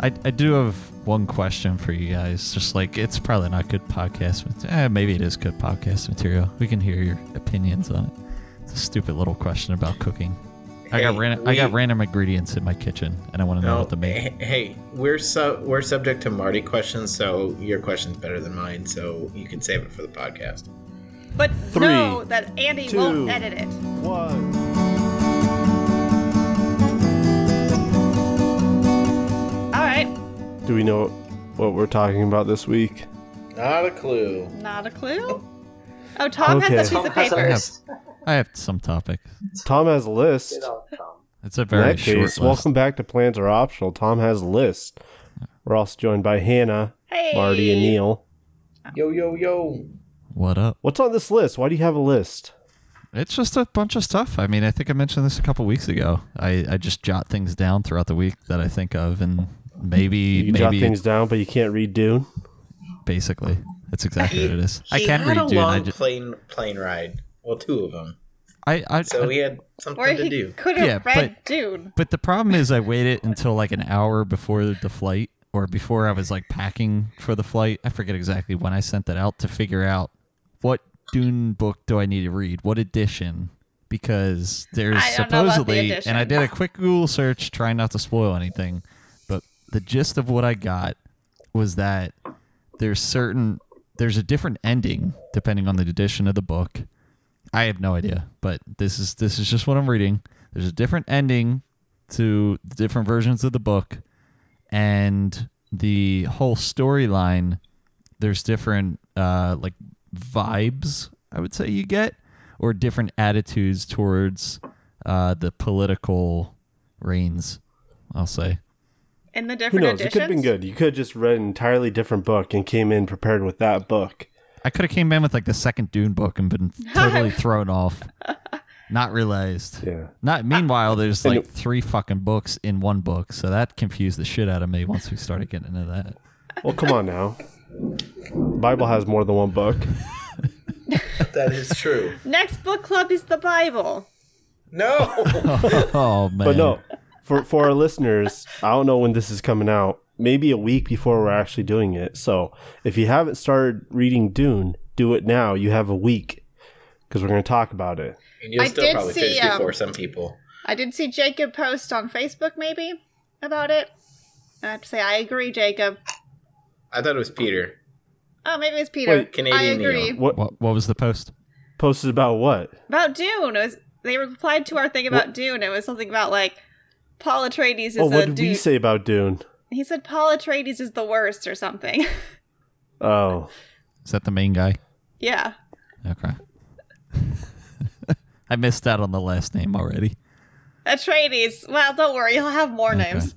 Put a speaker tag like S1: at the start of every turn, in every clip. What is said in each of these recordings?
S1: I, I do have one question for you guys. Just like it's probably not good podcast. mat- Eh, maybe it is good podcast material. We can hear your opinions on it. It's a stupid little question about cooking. I got
S2: Hey,
S1: ran- I got
S2: we-
S1: random ingredients in my kitchen, and I want to know
S2: No,
S1: what to make.
S2: hey, hey, we're sub we're subject to Marty questions, so your question's better than mine, so you can save it for the podcast.
S3: But
S4: Three,
S3: no, that Andy
S4: two.
S3: won't edit it.
S4: One.
S3: All right,
S4: Do we know what we're talking about this week?
S2: Not a clue.
S3: not a clue. Oh, Tom has a
S4: Okay.
S3: piece of
S5: Has a
S1: I
S3: paper.
S1: have,
S5: list.
S1: I have some topic.
S4: Tom has a list.
S5: Get out, Tom.
S1: It's a
S4: In
S1: very
S4: that
S1: short
S4: case,
S1: list.
S4: welcome back to Plans Are Optional. Tom has a list. We're also joined by Hannah,
S3: Hey,
S4: Marty, and Neil.
S2: Yo yo yo.
S1: What up?
S4: What's on this list? Why do you have a list?
S1: It's just a bunch of stuff. I mean, I think I mentioned this a couple weeks ago. I, I just jot things down throughout the week that I think of, and maybe
S4: You can jot
S1: maybe
S4: things down, but you can't read Dune.
S1: basically that's exactly what it is. I
S2: He
S1: can
S2: had
S1: read
S2: a
S1: Dune. I
S2: long
S1: just
S2: plane plane ride. Well, two of them.
S1: I, I,
S2: So
S1: I-
S2: he had
S3: Or
S2: something to
S3: he
S2: do.
S3: could have
S1: Yeah,
S3: read Dune.
S1: but the problem is I waited until like an hour before the flight or before I was like packing for the flight. I forget exactly when I sent that out to figure out what Dune book do I need to read? What edition? Because there's
S3: I don't know about the
S1: supposedly and I
S3: edition.
S1: did a quick Google search trying not to spoil anything, but the gist of what I got was that there's certain there's a different ending depending on the edition of the book. I have no idea, but this is this is just what I'm reading. There's a different ending to the different versions of the book and the whole storyline there's different uh like vibes I would say you get or different attitudes towards uh the political reigns, I'll say.
S3: In the
S4: Who
S3: different
S4: knows? It
S3: editions.
S4: could have been good. You could have just read an entirely different book and came in prepared with that book.
S1: I could have came in with like the second Dune book and been totally thrown off. Not realized.
S4: Yeah.
S1: Not meanwhile, there's
S4: And
S1: like three fucking books in one book, so that confused the shit out of me once we started getting into that.
S4: Well, come on now. Bible has more than one book.
S2: That is true.
S3: Next book club is the Bible.
S2: No.
S1: Oh man.
S4: But no, for for our listeners, I don't know when this is coming out. Maybe a week before we're actually doing it. So if you haven't started reading Dune, do it now. You have a week because we're going to talk about it.
S2: And you'll
S3: I
S2: still
S3: did
S2: probably
S3: see,
S2: finish
S3: um,
S2: before some people.
S3: I did see Jacob post on Facebook maybe about it. I have to say I agree, Jacob.
S2: I thought it was Peter.
S3: Oh, maybe it's Peter.
S4: Wait,
S2: Canadian
S3: I agree.
S2: Neil.
S4: What
S1: What, what was the post?
S4: posted about what?
S3: About Dune. It was they replied to our thing about Dune. It was something about like Paul Atreides is
S4: Oh,
S3: a
S4: what did
S3: dude.
S4: we say about Dune?
S3: He said Paul Atreides is the worst or something.
S4: Oh,
S1: Is that the main guy?
S3: yeah.
S1: Okay. I missed out on the last name already.
S3: Atreides. Well, don't worry, he'll have more names.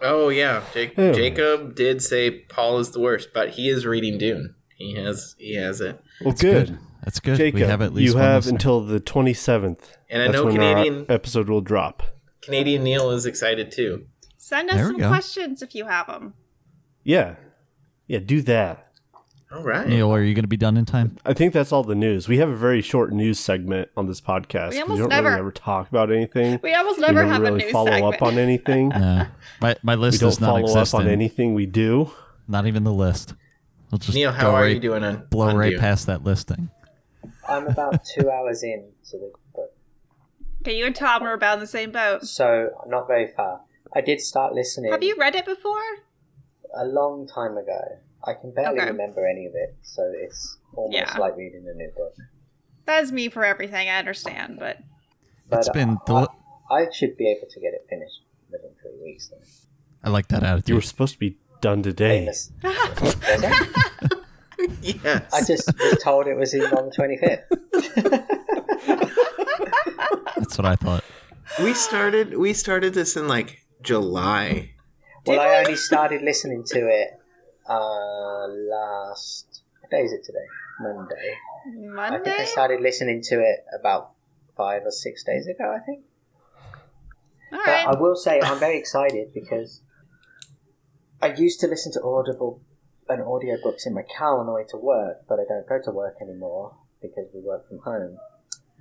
S2: Oh yeah, Jake,
S4: Ew.
S2: Jacob did say Paul is the worst, but he is reading Dune. He has he has it,
S4: well, good.
S1: That's good.
S4: Jacob,
S1: we have at least
S4: you
S1: one
S4: have
S1: listener.
S4: until the 27th.
S2: and I
S4: That's
S2: know
S4: when
S2: Canadian
S4: our episode will drop.
S2: Canadian Neil is excited too.
S3: Send us
S1: There we
S3: some
S1: go.
S3: questions if you have them.
S4: Yeah. Yeah, do that.
S2: All right,
S1: Neil, are you going to be done in time?
S4: I think that's all the news. We have a very short news segment on this podcast.
S3: We
S4: 'cause
S3: almost
S4: don't
S3: never-
S4: really ever talk about anything.
S3: We almost never
S4: we
S3: have
S4: never
S3: a
S4: really
S3: news
S4: follow
S3: segment.
S4: up on anything.
S1: No. My my
S4: we
S1: list
S4: don't
S1: is not
S4: follow up
S1: existent.
S4: on anything we do.
S1: Not even the list. We'll just
S2: Neil,
S1: go
S2: how are
S1: right-
S2: you doing on
S1: Blow
S2: on
S1: right
S2: Dune?
S1: past that listing.
S5: I'm about two hours in to the book,
S3: Okay, you and Tom are about in the same boat.
S5: so not very far. I did start listening
S3: Have you read it before?
S5: a long time ago. I can barely
S3: Okay.
S5: remember any of it, so it's almost
S3: Yeah.
S5: like reading a new book.
S3: That is me for everything. I understand, but
S5: But uh,
S1: It's been
S5: I,
S1: del-
S5: I should be able to get it finished within three weeks. Then.
S1: I like that attitude.
S4: You were supposed to be done today.
S5: Famous. Was I?
S2: Yes,
S5: I just was told it was in on the 25th.
S1: That's what I thought.
S2: we started we started this in like July.
S5: Well, I only started listening to it uh, last. What day is it today? Monday. I think I
S3: Monday.
S5: started listening to it about five or six days ago, I think.
S3: All
S5: But
S3: right.
S5: I will say I'm very excited because I used to listen to Audible and audiobooks in my car on the way to work, but I don't go to work anymore because we work from home.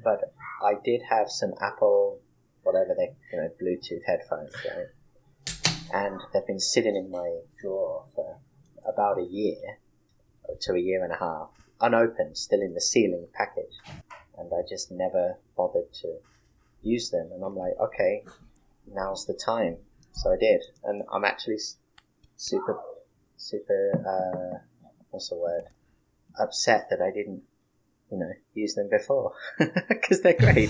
S5: But I did have some Apple, whatever they, you know, Bluetooth headphones, right? and they've been sitting in my drawer for about a year or to a year and a half, unopened, still in the sealing package, and I just never bothered to use them. And I'm like, okay, now's the time. So I did, and I'm actually s- super, super, uh, what's the word? Upset that I didn't, you know, use them before because they're great.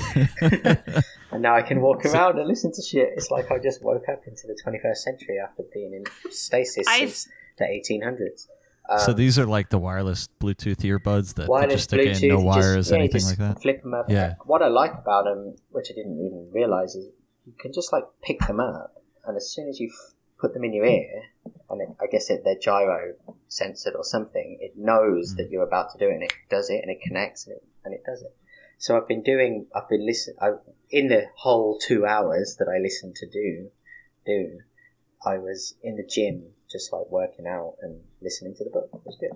S5: and now I can walk around and listen to shit. It's like I just woke up into the 21st century after being in stasis
S3: I-
S5: since the 1800s. Um,
S1: so these are like the wireless Bluetooth earbuds that they just stick in, no
S5: Bluetooth,
S1: wires,
S5: yeah, you
S1: anything like
S5: just
S1: that.
S5: Flip them up.
S1: Yeah.
S5: What I like about them, which I didn't even realize, is you can just like pick them up, and as soon as you f- put them in your ear, and it, I guess it, they're gyro censored or something, it knows
S1: Hmm.
S5: that you're about to do it, and it does it, and it connects, and it, and it does it. So I've been doing, I've been listening, in the whole two hours that I listened to do, do, I was in the gym just like working out and listening to the book. It was good.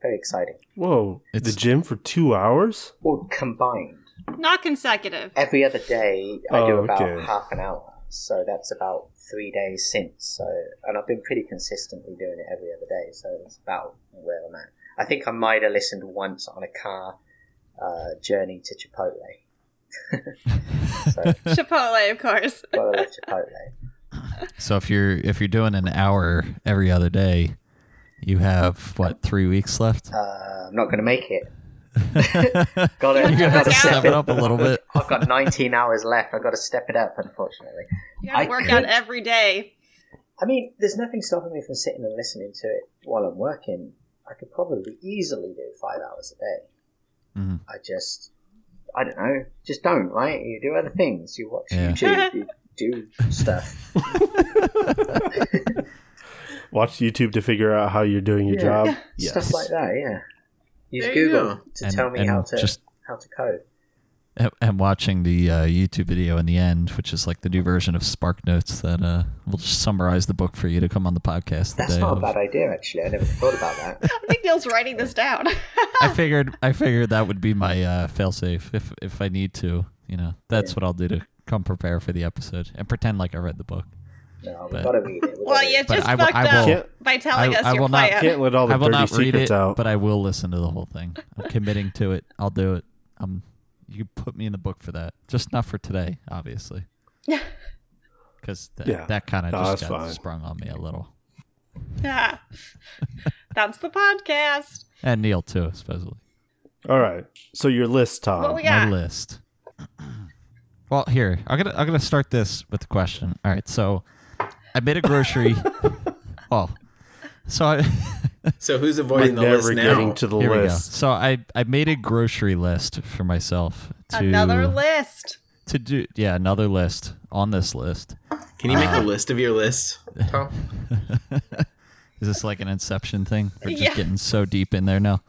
S5: Very exciting.
S4: Whoa,
S1: It's-
S4: the gym for two hours?
S5: Well, combined.
S3: Not consecutive.
S5: Every other day, I do
S4: Oh,
S5: about
S4: okay.
S5: half an hour. So that's about three days since. So, and I've been pretty consistently doing it every other day. So it's about where I'm at. I think I might have listened once on a car uh, journey to Chipotle. so,
S3: Chipotle, of course.
S5: gotta love Chipotle.
S1: So if you're if you're doing an hour every other day, you have what three weeks left?
S5: Uh, I'm not gonna make it. gotta,
S3: You gotta
S5: gotta
S3: work
S1: Step
S5: step
S3: out.
S1: it
S5: it
S1: up a little bit.
S5: I've got 19 hours left. I've got to step it up, unfortunately.
S3: You gotta
S5: I
S3: work
S5: could-
S3: out every day.
S5: I mean, there's nothing stopping me from sitting and listening to it while I'm working. I could probably easily do five hours a day.
S1: Mhm.
S5: I just, I don't know, just don't, right? You do other things. You watch
S1: Yeah.
S5: YouTube, you do stuff.
S4: Watch YouTube to figure out how you're doing your
S5: Yeah.
S4: job.
S5: Stuff like that, yeah. Use
S2: There you
S5: Google
S2: go.
S5: to tell me how to
S1: just
S5: how to code.
S1: and- and watching the uh, YouTube video in the end, which is like the new version of Spark Notes that uh, will just summarize the book for you to come on the podcast. The
S5: That's
S1: day
S5: not a
S1: of.
S5: bad idea, actually. I never thought about that.
S3: I think Neil's writing this down.
S1: I figured I figured that would be my uh, failsafe if if I need to. You know, that's what I'll do to come prepare for the episode and pretend like I read the book.
S5: No, we've
S1: But-
S5: got to read it. We've
S3: well,
S5: gotta read
S3: you
S5: it.
S1: But
S3: just
S1: I will-
S3: fucked
S1: I
S3: up
S1: will-
S3: by telling
S1: I-
S3: us
S1: I
S3: your
S1: will not-
S3: plan.
S4: Can't let all the
S1: I will
S4: dirty
S1: not read
S4: secrets
S1: it,
S4: out.
S1: but I will listen to the whole thing. I'm committing to it. I'll do it. Um, you can put me in the book for that, just not for today, obviously. Because
S4: Yeah.
S1: that kind of
S4: No,
S1: just
S4: that's
S1: got
S4: fine.
S1: sprung on me a little,
S3: Yeah. That's the podcast.
S1: and Neil too, especially.
S4: all right. So your list, Tom.
S3: What we
S1: my
S3: got?
S1: list. Well, here I'm gonna I'm gonna start this with the question. All right, so I made a grocery. well, so I
S2: So who's
S4: We're
S2: avoiding the list
S4: never
S2: now?
S4: getting to the
S1: here we go.
S4: list.
S1: So I I made a grocery list for myself to
S3: Another list.
S1: to do. Yeah, another list on this list.
S2: Can you make a list of your list, Tom?
S1: Is this like an inception thing? We're just
S3: Yeah.
S1: getting so deep in there now.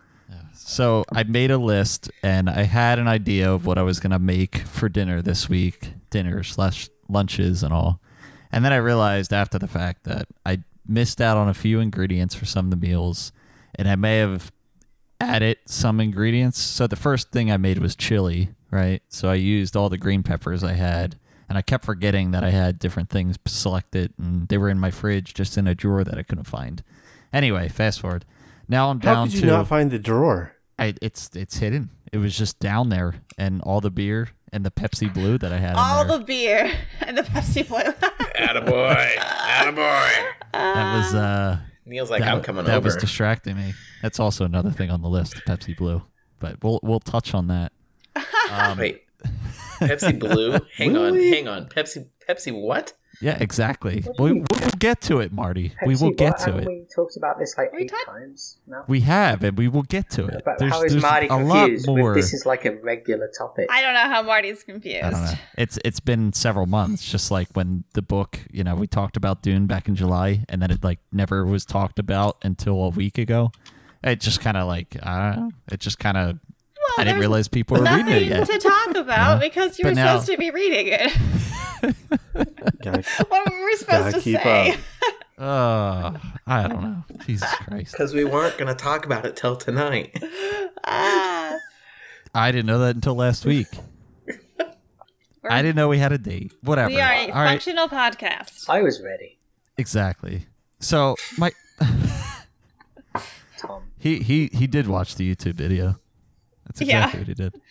S1: So I made a list and I had an idea of what I was gonna make for dinner this week, dinner slash lunches and all. And then I realized after the fact that I missed out on a few ingredients for some of the meals and I may have added some ingredients. So the first thing I made was chili, right? So I used all the green peppers I had, and I kept forgetting that I had different things selected, and they were in my fridge, just in a drawer that I couldn't find. Anyway, fast forward. Now I'm
S4: How
S1: down
S4: could you
S1: to
S4: not find the drawer?
S1: I, it's it's hidden. It was just down there, and all the beer and the Pepsi Blue that I had. in
S3: All
S1: there.
S3: the beer and the Pepsi Blue.
S2: Attaboy. Attaboy.
S1: that was uh
S2: Neil's like,
S1: that,
S2: I'm
S1: wa-
S2: coming
S1: that
S2: over.
S1: was distracting me. That's also another thing on the list, Pepsi Blue. But we'll we'll touch on that. Um,
S2: Wait. Pepsi Blue? Hang on, hang on. Pepsi Pepsi what?
S1: Yeah, exactly.
S5: What do
S1: We,
S5: you
S1: we
S5: mean?
S1: will get to it, Marty. we
S5: Pepsi,
S1: will
S5: what?
S1: get to
S5: Haven't
S1: it.
S5: We talked about this like
S3: We
S5: eight
S3: talked-
S5: times now.
S1: We have, and we will get to it.
S5: But
S1: there's
S5: how is
S1: there's
S5: Marty
S1: a lot
S5: confused? with
S1: more.
S5: This is like a regular topic.
S3: I don't know how Marty's
S1: I don't know.
S3: confused.
S1: It's it's been several months, just like when the book, you know, we talked about Dune back in July, and then it like never was talked about until a week ago. It just kind of like I don't know. It just kind of I didn't
S3: there's
S1: realize people were reading it
S3: Nothing
S1: yet.
S3: to talk about because you
S1: But
S3: were
S1: now-
S3: supposed to be reading it.
S4: Gotta,
S3: what were we supposed
S4: gotta
S3: to
S4: keep
S3: say?
S4: up.
S1: Oh, I don't know. Jesus Christ!
S2: Because we weren't going to talk about it till tonight.
S3: Ah,
S1: I didn't know that until last week. I didn't know we had a date. Whatever.
S3: we are a
S1: All right.
S3: functional podcast.
S5: I was ready.
S1: Exactly. So my
S5: Tom.
S1: he he he did watch the YouTube video. That's
S3: Yeah.
S1: exactly what he did.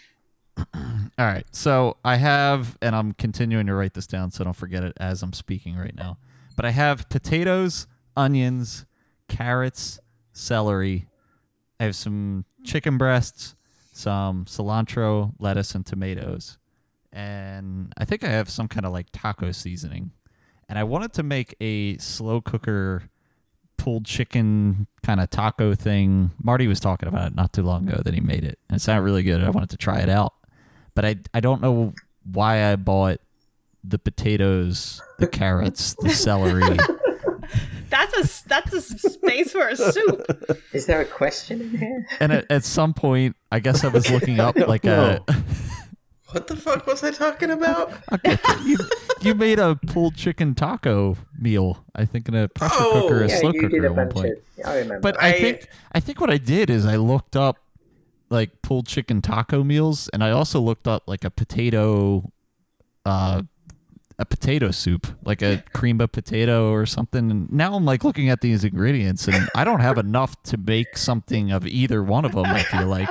S1: All right. So I have and I'm continuing to write this down so I don't forget it as I'm speaking right now. But I have potatoes, onions, carrots, celery. I have some chicken breasts, some cilantro, lettuce and tomatoes. And I think I have some kind of like taco seasoning. And I wanted to make a slow cooker pulled chicken kind of taco thing. Marty was talking about it not too long ago that he made it. And it sounded really good. I wanted to try it out. But I, I don't know why I bought the potatoes, the carrots, the celery.
S3: That's a s- that's a s- space for a soup.
S5: Is there a question in here?
S1: And at, at some point, I guess I was looking up like a.
S2: What the fuck was I talking about?
S1: you, you made a pulled chicken taco meal, I think, in a pressure
S2: Oh,
S1: cooker or a
S5: yeah,
S1: slow
S5: you did
S1: cooker
S5: a
S1: at one
S5: bunch
S1: point.
S5: of. I remember.
S1: But I,
S2: I-
S1: think I think what I did is I looked up like pulled chicken taco meals, and I also looked up like a potato, uh, a potato soup, like a cream of potato or something. And now I'm like looking at these ingredients, and I don't have enough to make something of either one of them. I feel like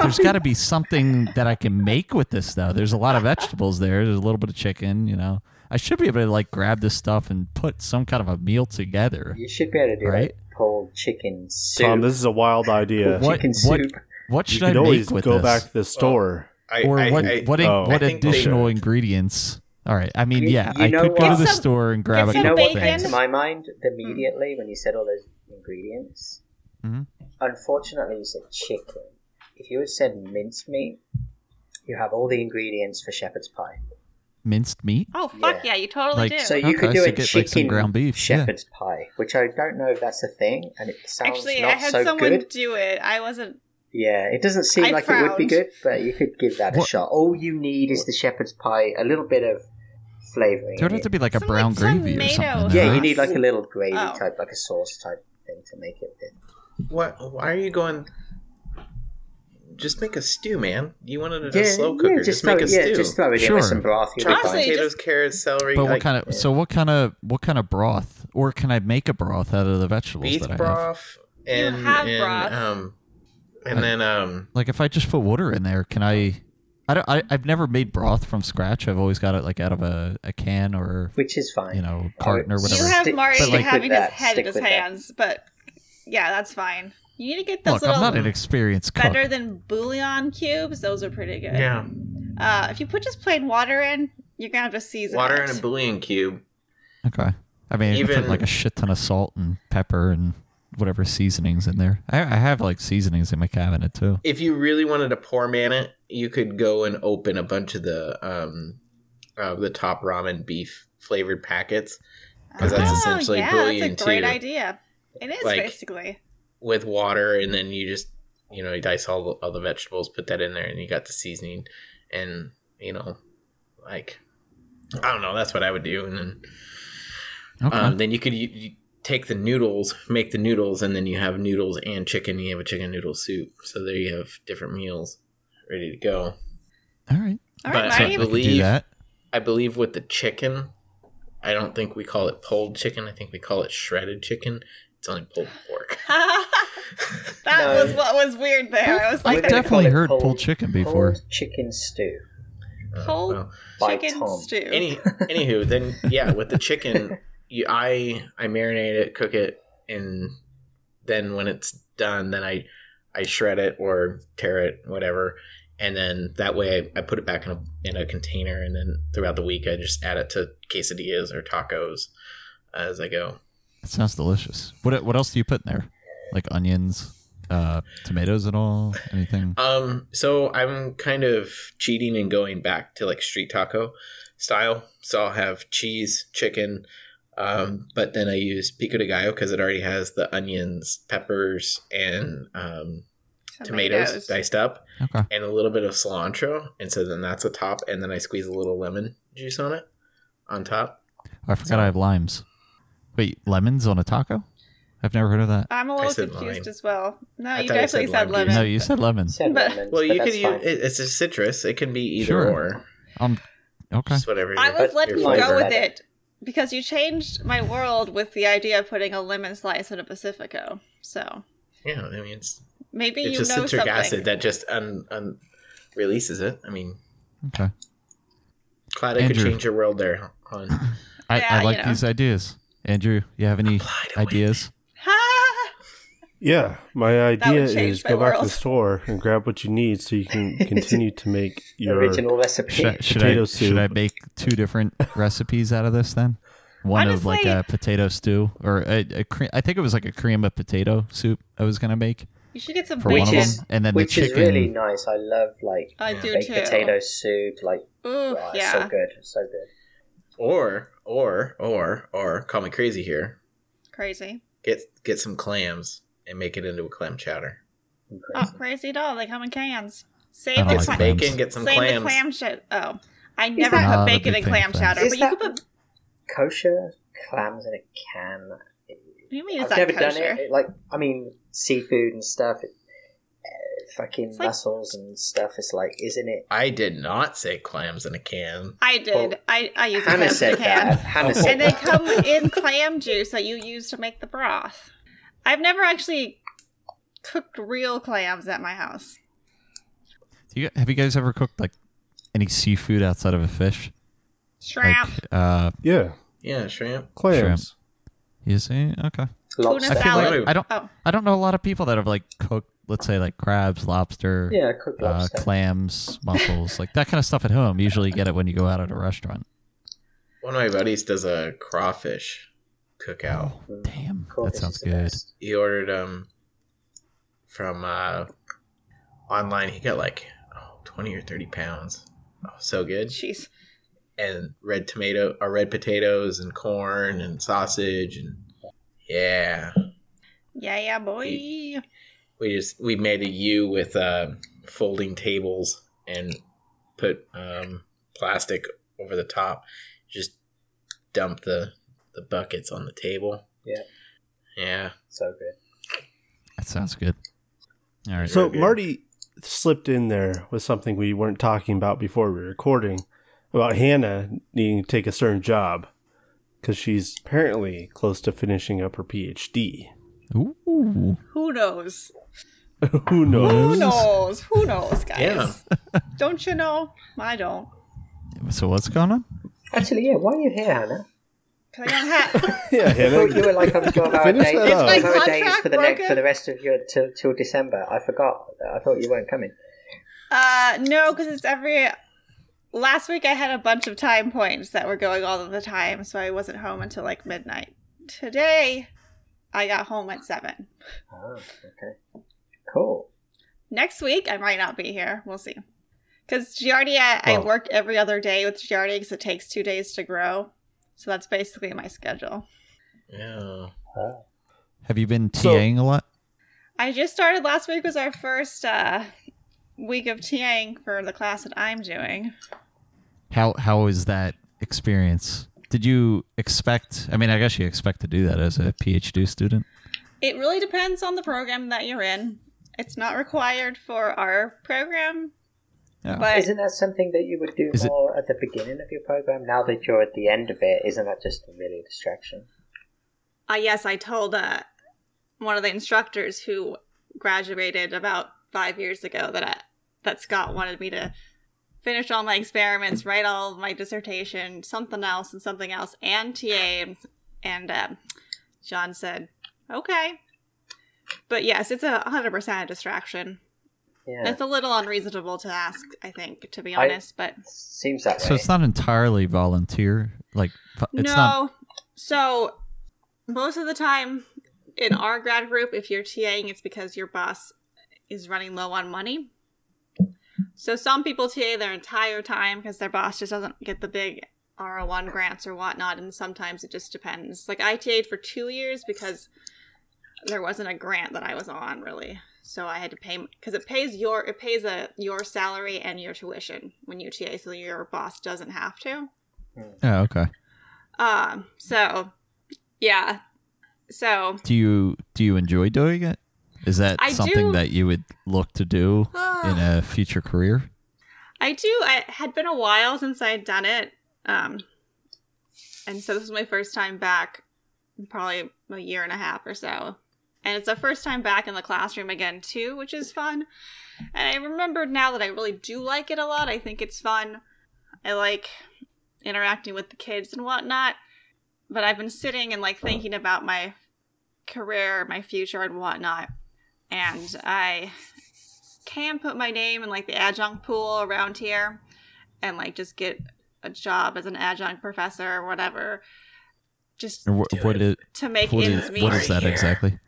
S1: there's got to be something that I can make with this though. There's a lot of vegetables there. There's a little bit of chicken, you know. I should be able to like grab this stuff and put some kind of a meal together.
S5: you should be able to do
S1: Right?
S5: like pulled chicken soup.
S4: Tom, this is a wild idea.
S1: What-
S5: chicken
S1: what-
S5: soup.
S1: What
S4: You
S1: should I
S4: could
S1: make
S4: always
S1: with
S4: go
S1: this?
S4: back to the store.
S2: I,
S1: or
S2: I,
S1: what
S2: I,
S1: what
S4: oh.
S1: what
S2: I think they-
S1: additional ingredients? All right. I mean,
S5: You-
S1: yeah,
S5: you
S1: I
S5: know
S1: could go
S5: what?
S1: to the
S3: Get some-
S1: store and grab a
S3: get some
S5: You know
S1: couple
S5: what
S3: bacon.
S5: came
S1: things.
S5: to my mind immediately when you said all those ingredients?
S1: Mhm.
S5: Unfortunately, you said chicken. If you had said mincemeat, you have all the ingredients for shepherd's pie.
S1: Minced meat.
S3: Oh fuck yeah,
S5: Yeah.
S3: you totally
S1: Like-
S3: do.
S5: So you could
S1: Okay,
S5: do
S1: so
S5: a
S1: get, like, some
S5: chicken
S1: ground beef, yeah.
S5: shepherd's pie, which I don't know if that's a thing, and it sounds
S3: Actually,
S5: not
S3: I had
S5: so
S3: someone
S5: good.
S3: do it. I wasn't.
S5: Yeah, it doesn't seem
S3: I
S5: like it would
S3: frowned.
S5: be good, but you could give that a
S1: What-
S5: shot. All you need is the shepherd's pie, a little bit of flavouring.
S1: There would
S5: in
S1: have to
S5: it.
S1: be like a
S3: Some,
S1: brown
S3: like,
S1: gravy or
S3: tomato
S1: something.
S5: Yeah,
S1: right?
S5: you need like a little gravy
S3: Oh.
S5: type, like a sauce type thing to make it. Thin.
S2: What? Why are you going? Just make a stew, man. You wanted it a
S5: Yeah,
S2: slow
S5: yeah,
S2: cooker.
S5: just,
S2: just,
S5: throw,
S2: make a
S5: it- yeah,
S2: stew.
S5: just throw it in with
S1: Sure.
S5: some broth. You'll be
S2: Chop
S3: Honestly,
S5: fine.
S2: potatoes,
S3: just-
S2: carrots, celery.
S1: But what
S2: like
S1: kind of? So what kind of? What kind of broth? Or can I make a broth out of the vegetables
S2: beef
S1: that I have?
S2: broth and
S3: have
S2: and,
S3: broth.
S2: um, and
S1: I-
S2: then um,
S1: Like if I just put water in there, can I? I don't. I, I've never made broth from scratch. I've always got it like out of a, a can or
S5: which is fine.
S1: you know carton or
S5: You
S1: whatever.
S3: You have
S5: Stick-
S3: Marty
S1: But, like-
S3: having
S5: Stick
S3: his
S5: with that,
S3: head in
S5: stick
S3: his
S5: with that.
S3: hands, but yeah, that's fine. You need to get those
S1: Look,
S3: little
S1: I'm not an experienced cook.
S3: better than bouillon cubes. Those are pretty good.
S2: yeah,
S3: Uh, if you put just plain water in, you're gonna have to season
S2: water
S3: it.
S2: and a bouillon cube.
S1: Okay. I mean, you can put
S2: Even-
S1: like a shit ton of salt and pepper and whatever seasonings in there. I, I have like seasonings in my cabinet too.
S2: If you really wanted to poor man it, you could go and open a bunch of the um, uh, the top ramen beef flavored packets because that's
S3: Oh,
S2: essentially
S3: yeah,
S2: bouillon
S3: that's a great
S2: too.
S3: idea. It is
S2: Like-
S3: basically.
S2: with water and then you just you know you dice all the, all the vegetables put that in there and you got the seasoning and you know like i don't know that's what i would do and then
S1: Okay.
S2: um, then you could you, you take the noodles make the noodles and then you have noodles and chicken you have a chicken noodle soup so there you have different meals ready to go
S1: All right.
S3: All
S2: but
S3: right,
S2: I
S1: I
S3: Marty.
S1: could do
S2: believe-
S1: that.
S2: i believe with the chicken i don't think we call it pulled chicken i think we call it shredded chicken it's only pulled pork
S3: that
S5: No.
S3: was what was weird there. I was
S1: I
S5: We're
S3: like,
S5: gonna def-
S1: definitely
S5: call it
S1: heard
S5: pulled-
S1: pulled chicken before.
S5: Pulled chicken stew.
S2: Uh,
S3: Pulled
S2: well.
S5: by
S3: chicken
S5: Tom.
S3: stew.
S2: Any, anywho, then yeah, with the chicken, you, I I marinate it, cook it, and then when it's done, then I I shred it or tear it, whatever, and then that way I, I put it back in a in a container, and then throughout the week I just add it to quesadillas or tacos as I go.
S1: It sounds delicious. What what else do you put in there? Like onions, uh, tomatoes at all? Anything?
S2: Um, so I'm kind of cheating and going back to like street taco style. So I'll have cheese, chicken, um, but then I use pico de gallo because it already has the onions, peppers, and um, tomatoes. diced up,
S1: Okay.
S2: and a little bit of cilantro. And so then that's a top, and then I squeeze a little lemon juice on it on top.
S1: I forgot I have limes. Wait, lemons on a taco? I've never heard of that.
S3: I'm a
S2: I
S3: little
S2: said
S3: confused
S2: lime.
S3: as well. No,
S2: I
S3: you
S2: thought I
S3: definitely
S2: said
S3: said,
S2: lime
S3: lemon.
S2: juice.
S1: No, you said lemon.
S5: Said
S3: But-
S5: lemons,
S2: Well, you
S5: but
S2: could
S5: that's
S2: use
S5: fine.
S2: it, it's a citrus. It can be either
S1: Sure.
S2: or.
S1: Um. Okay.
S2: Just whatever.
S3: I
S2: your-
S3: was
S5: But
S2: your
S3: letting you
S5: flavor.
S3: go with
S5: Better.
S3: it because you changed my world with the idea of putting a lemon slice in a Pacifico. So
S2: Yeah, I mean it's
S3: maybe
S2: it's
S3: you
S2: just
S3: know
S2: citric
S3: something.
S2: acid that just un, un releases it. I mean,
S1: Okay.
S2: glad I could
S1: Andrew.
S2: change your world there, hon.
S1: I,
S3: Yeah,
S1: I
S3: you
S1: like
S3: know.
S1: these ideas. Andrew, you have any
S2: Apply to
S1: ideas?
S3: Ha!
S4: Yeah, my idea
S3: would change
S4: is
S3: my
S4: go back to
S3: world.
S4: the store and grab what you need so you can continue to make your
S5: Original recipe.
S1: Should, I- should
S4: Potato
S1: I should I
S4: soup.
S1: bake two different recipes out of this then? One of like
S3: Honestly-
S1: a potato stew or a, a cre- I think it was like a cream of potato soup I was gonna make
S3: You should get some
S1: for
S5: Which
S1: one
S5: is-
S1: of them, and then the
S5: Which
S1: chicken.
S5: is really nice. I love like
S3: I do
S5: baked
S3: too.
S5: potato soup. Like,
S3: Ooh,
S5: oh, it's
S3: yeah.
S5: so good, so good.
S2: Or or or or call me crazy here.
S3: Crazy.
S2: Get get some clams and make it into a clam chowder.
S3: Oh, crazy doll. They come in cans. Save
S1: I don't
S3: the
S1: like
S2: Get some
S3: cla-
S1: clams.
S2: bacon. Get some
S3: Save the
S2: clams.
S3: clam shit. Oh, I never
S5: that-
S1: Not
S3: put
S1: a
S3: bacon
S1: big thing
S3: and clam
S1: for
S3: chowder,
S5: Is
S3: but you
S5: that-
S3: could put.
S5: Kosher clams in a can.
S3: What do you mean? Is
S5: I've
S3: that
S5: never
S3: kosher?
S5: done it. It- Like, I mean, seafood and stuff. It, uh, fucking
S3: like-
S5: mussels and stuff. It's like, isn't it?
S2: I did not say clams in a can.
S3: I did.
S5: Well,
S3: I I use a
S5: Hannah
S3: clam
S5: said
S3: can.
S5: that. Hannah
S3: And
S5: said
S3: they
S5: that.
S3: come in clam juice that you use to make the broth. I've never actually cooked real clams at my house.
S1: Do you, have you guys ever cooked like any seafood outside of a fish?
S3: Shrimp,
S1: Like uh,
S4: yeah
S2: Yeah, shrimp.
S4: clams.
S1: you see, okay.
S3: tuna
S5: Lobster.
S3: salad.
S2: Wait, wait,
S1: I don't.
S3: Oh.
S1: I don't know a lot of people that have like cooked, let's say, like crabs, lobster,
S5: Yeah, cooked
S1: uh,
S5: lobster.
S1: clams, mussels, like that kind of stuff at home. Usually, you get it when you go out at a restaurant.
S2: One of my buddies does a crawfish cookout.
S1: damn, that
S5: Crawfish
S1: sounds
S5: is the
S1: good.
S5: best.
S2: he ordered um from uh online he got like oh, 20 or 30 pounds oh, so good
S3: Jeez.
S2: and red tomato or red potatoes and corn and sausage and yeah
S3: Yeah, yeah, boy.
S2: we just we made a u with uh folding tables and put um plastic over the top just dump the the buckets on the table
S5: Yeah.
S2: yeah
S5: So good.
S1: That sounds good. All right.
S4: So
S2: Okay.
S4: Marty slipped in there with something we weren't talking about before we were recording about Hannah needing to take a certain job because she's apparently close to finishing up her PhD.
S1: Ooh.
S3: Who knows?
S4: Who
S3: Who
S4: knows?
S3: knows? Who knows, guys?
S2: Yeah.
S3: Don't you know? I don't.
S1: So what's going on?
S5: Actually, yeah. Why are you here, Hannah?
S3: Can I get a hat?
S4: Yeah,
S5: I thought you
S4: Hannah.
S5: were like on twelve-hour
S4: Finish
S5: days.
S4: that up.
S3: It's my
S5: Twelve-hour days
S3: contract
S5: for the next
S3: broken.
S5: for the rest of your till till December. I forgot. I thought you weren't coming.
S3: Uh, no, because it's every. Last week I had a bunch of time points that were going all of the time, so I wasn't home until like midnight. Today, I got home at seven.
S5: Oh, okay. Cool.
S3: Next week, I might not be here. We'll see. Because Giardia, I
S4: Well-
S3: work every other day with Giardia because it takes two days to grow. So that's basically my schedule.
S2: yeah
S1: Have you been
S4: So-
S1: TAing a lot?
S3: I just started last week was our first uh, week of TAing for the class that I'm doing.
S1: How how is that experience? Did you expect? I mean, I guess you expect to do that as a PhD student.
S3: It really depends on the program that you're in. It's not required for our program,
S1: Yeah.
S3: but
S5: Isn't that something that you would do
S1: Is it-
S5: more at the beginning of your program? Now that you're at the end of it, isn't that just really a distraction?
S3: uh, yes, I told uh, one of the instructors who graduated about five years ago that I, that Scott wanted me to finish all my experiments, write all of my dissertation, something else and something else, and TA. And um John said, "Okay." But yes, it's a hundred percent a distraction.
S5: Yeah,
S3: It's a little unreasonable to ask, I think, to be
S5: I-
S3: honest. but
S5: seems that
S1: So
S5: way.
S1: it's not entirely volunteer. Like vo- it's
S3: no.
S1: not.
S3: So most of the time in our grad group, if you're TAing, it's because your boss is running low on money. So some people TA their entire time because their boss just doesn't get the big R01 grants or whatnot, and sometimes it just depends. Like I TA'd for two years because there wasn't a grant that I was on really, so I had to pay because it pays your it pays a your salary and your tuition when you TA, so your boss doesn't have to.
S1: Oh, okay.
S3: Um, so yeah. So
S1: Do you do you enjoy doing it? Is that
S3: I
S1: something
S3: do.
S1: that you would look to do in a future career?
S3: I do I it had been a while since I'd done it. Um And so this was my first time back, in probably a year and a half or so. And it's the first time back in the classroom again, too, which is fun. And I remembered now that I really do like it a lot. I think it's fun. I like interacting with the kids and whatnot. But I've been sitting and like thinking about my career, my future, and whatnot. And I can put my name in like the adjunct pool around here and like just get a job as an adjunct professor or whatever just
S1: Or what,
S2: Do
S1: what
S2: it.
S1: is
S3: to make
S1: what
S3: ends
S1: is,
S3: meet
S1: what is that
S2: Right here.
S1: exactly?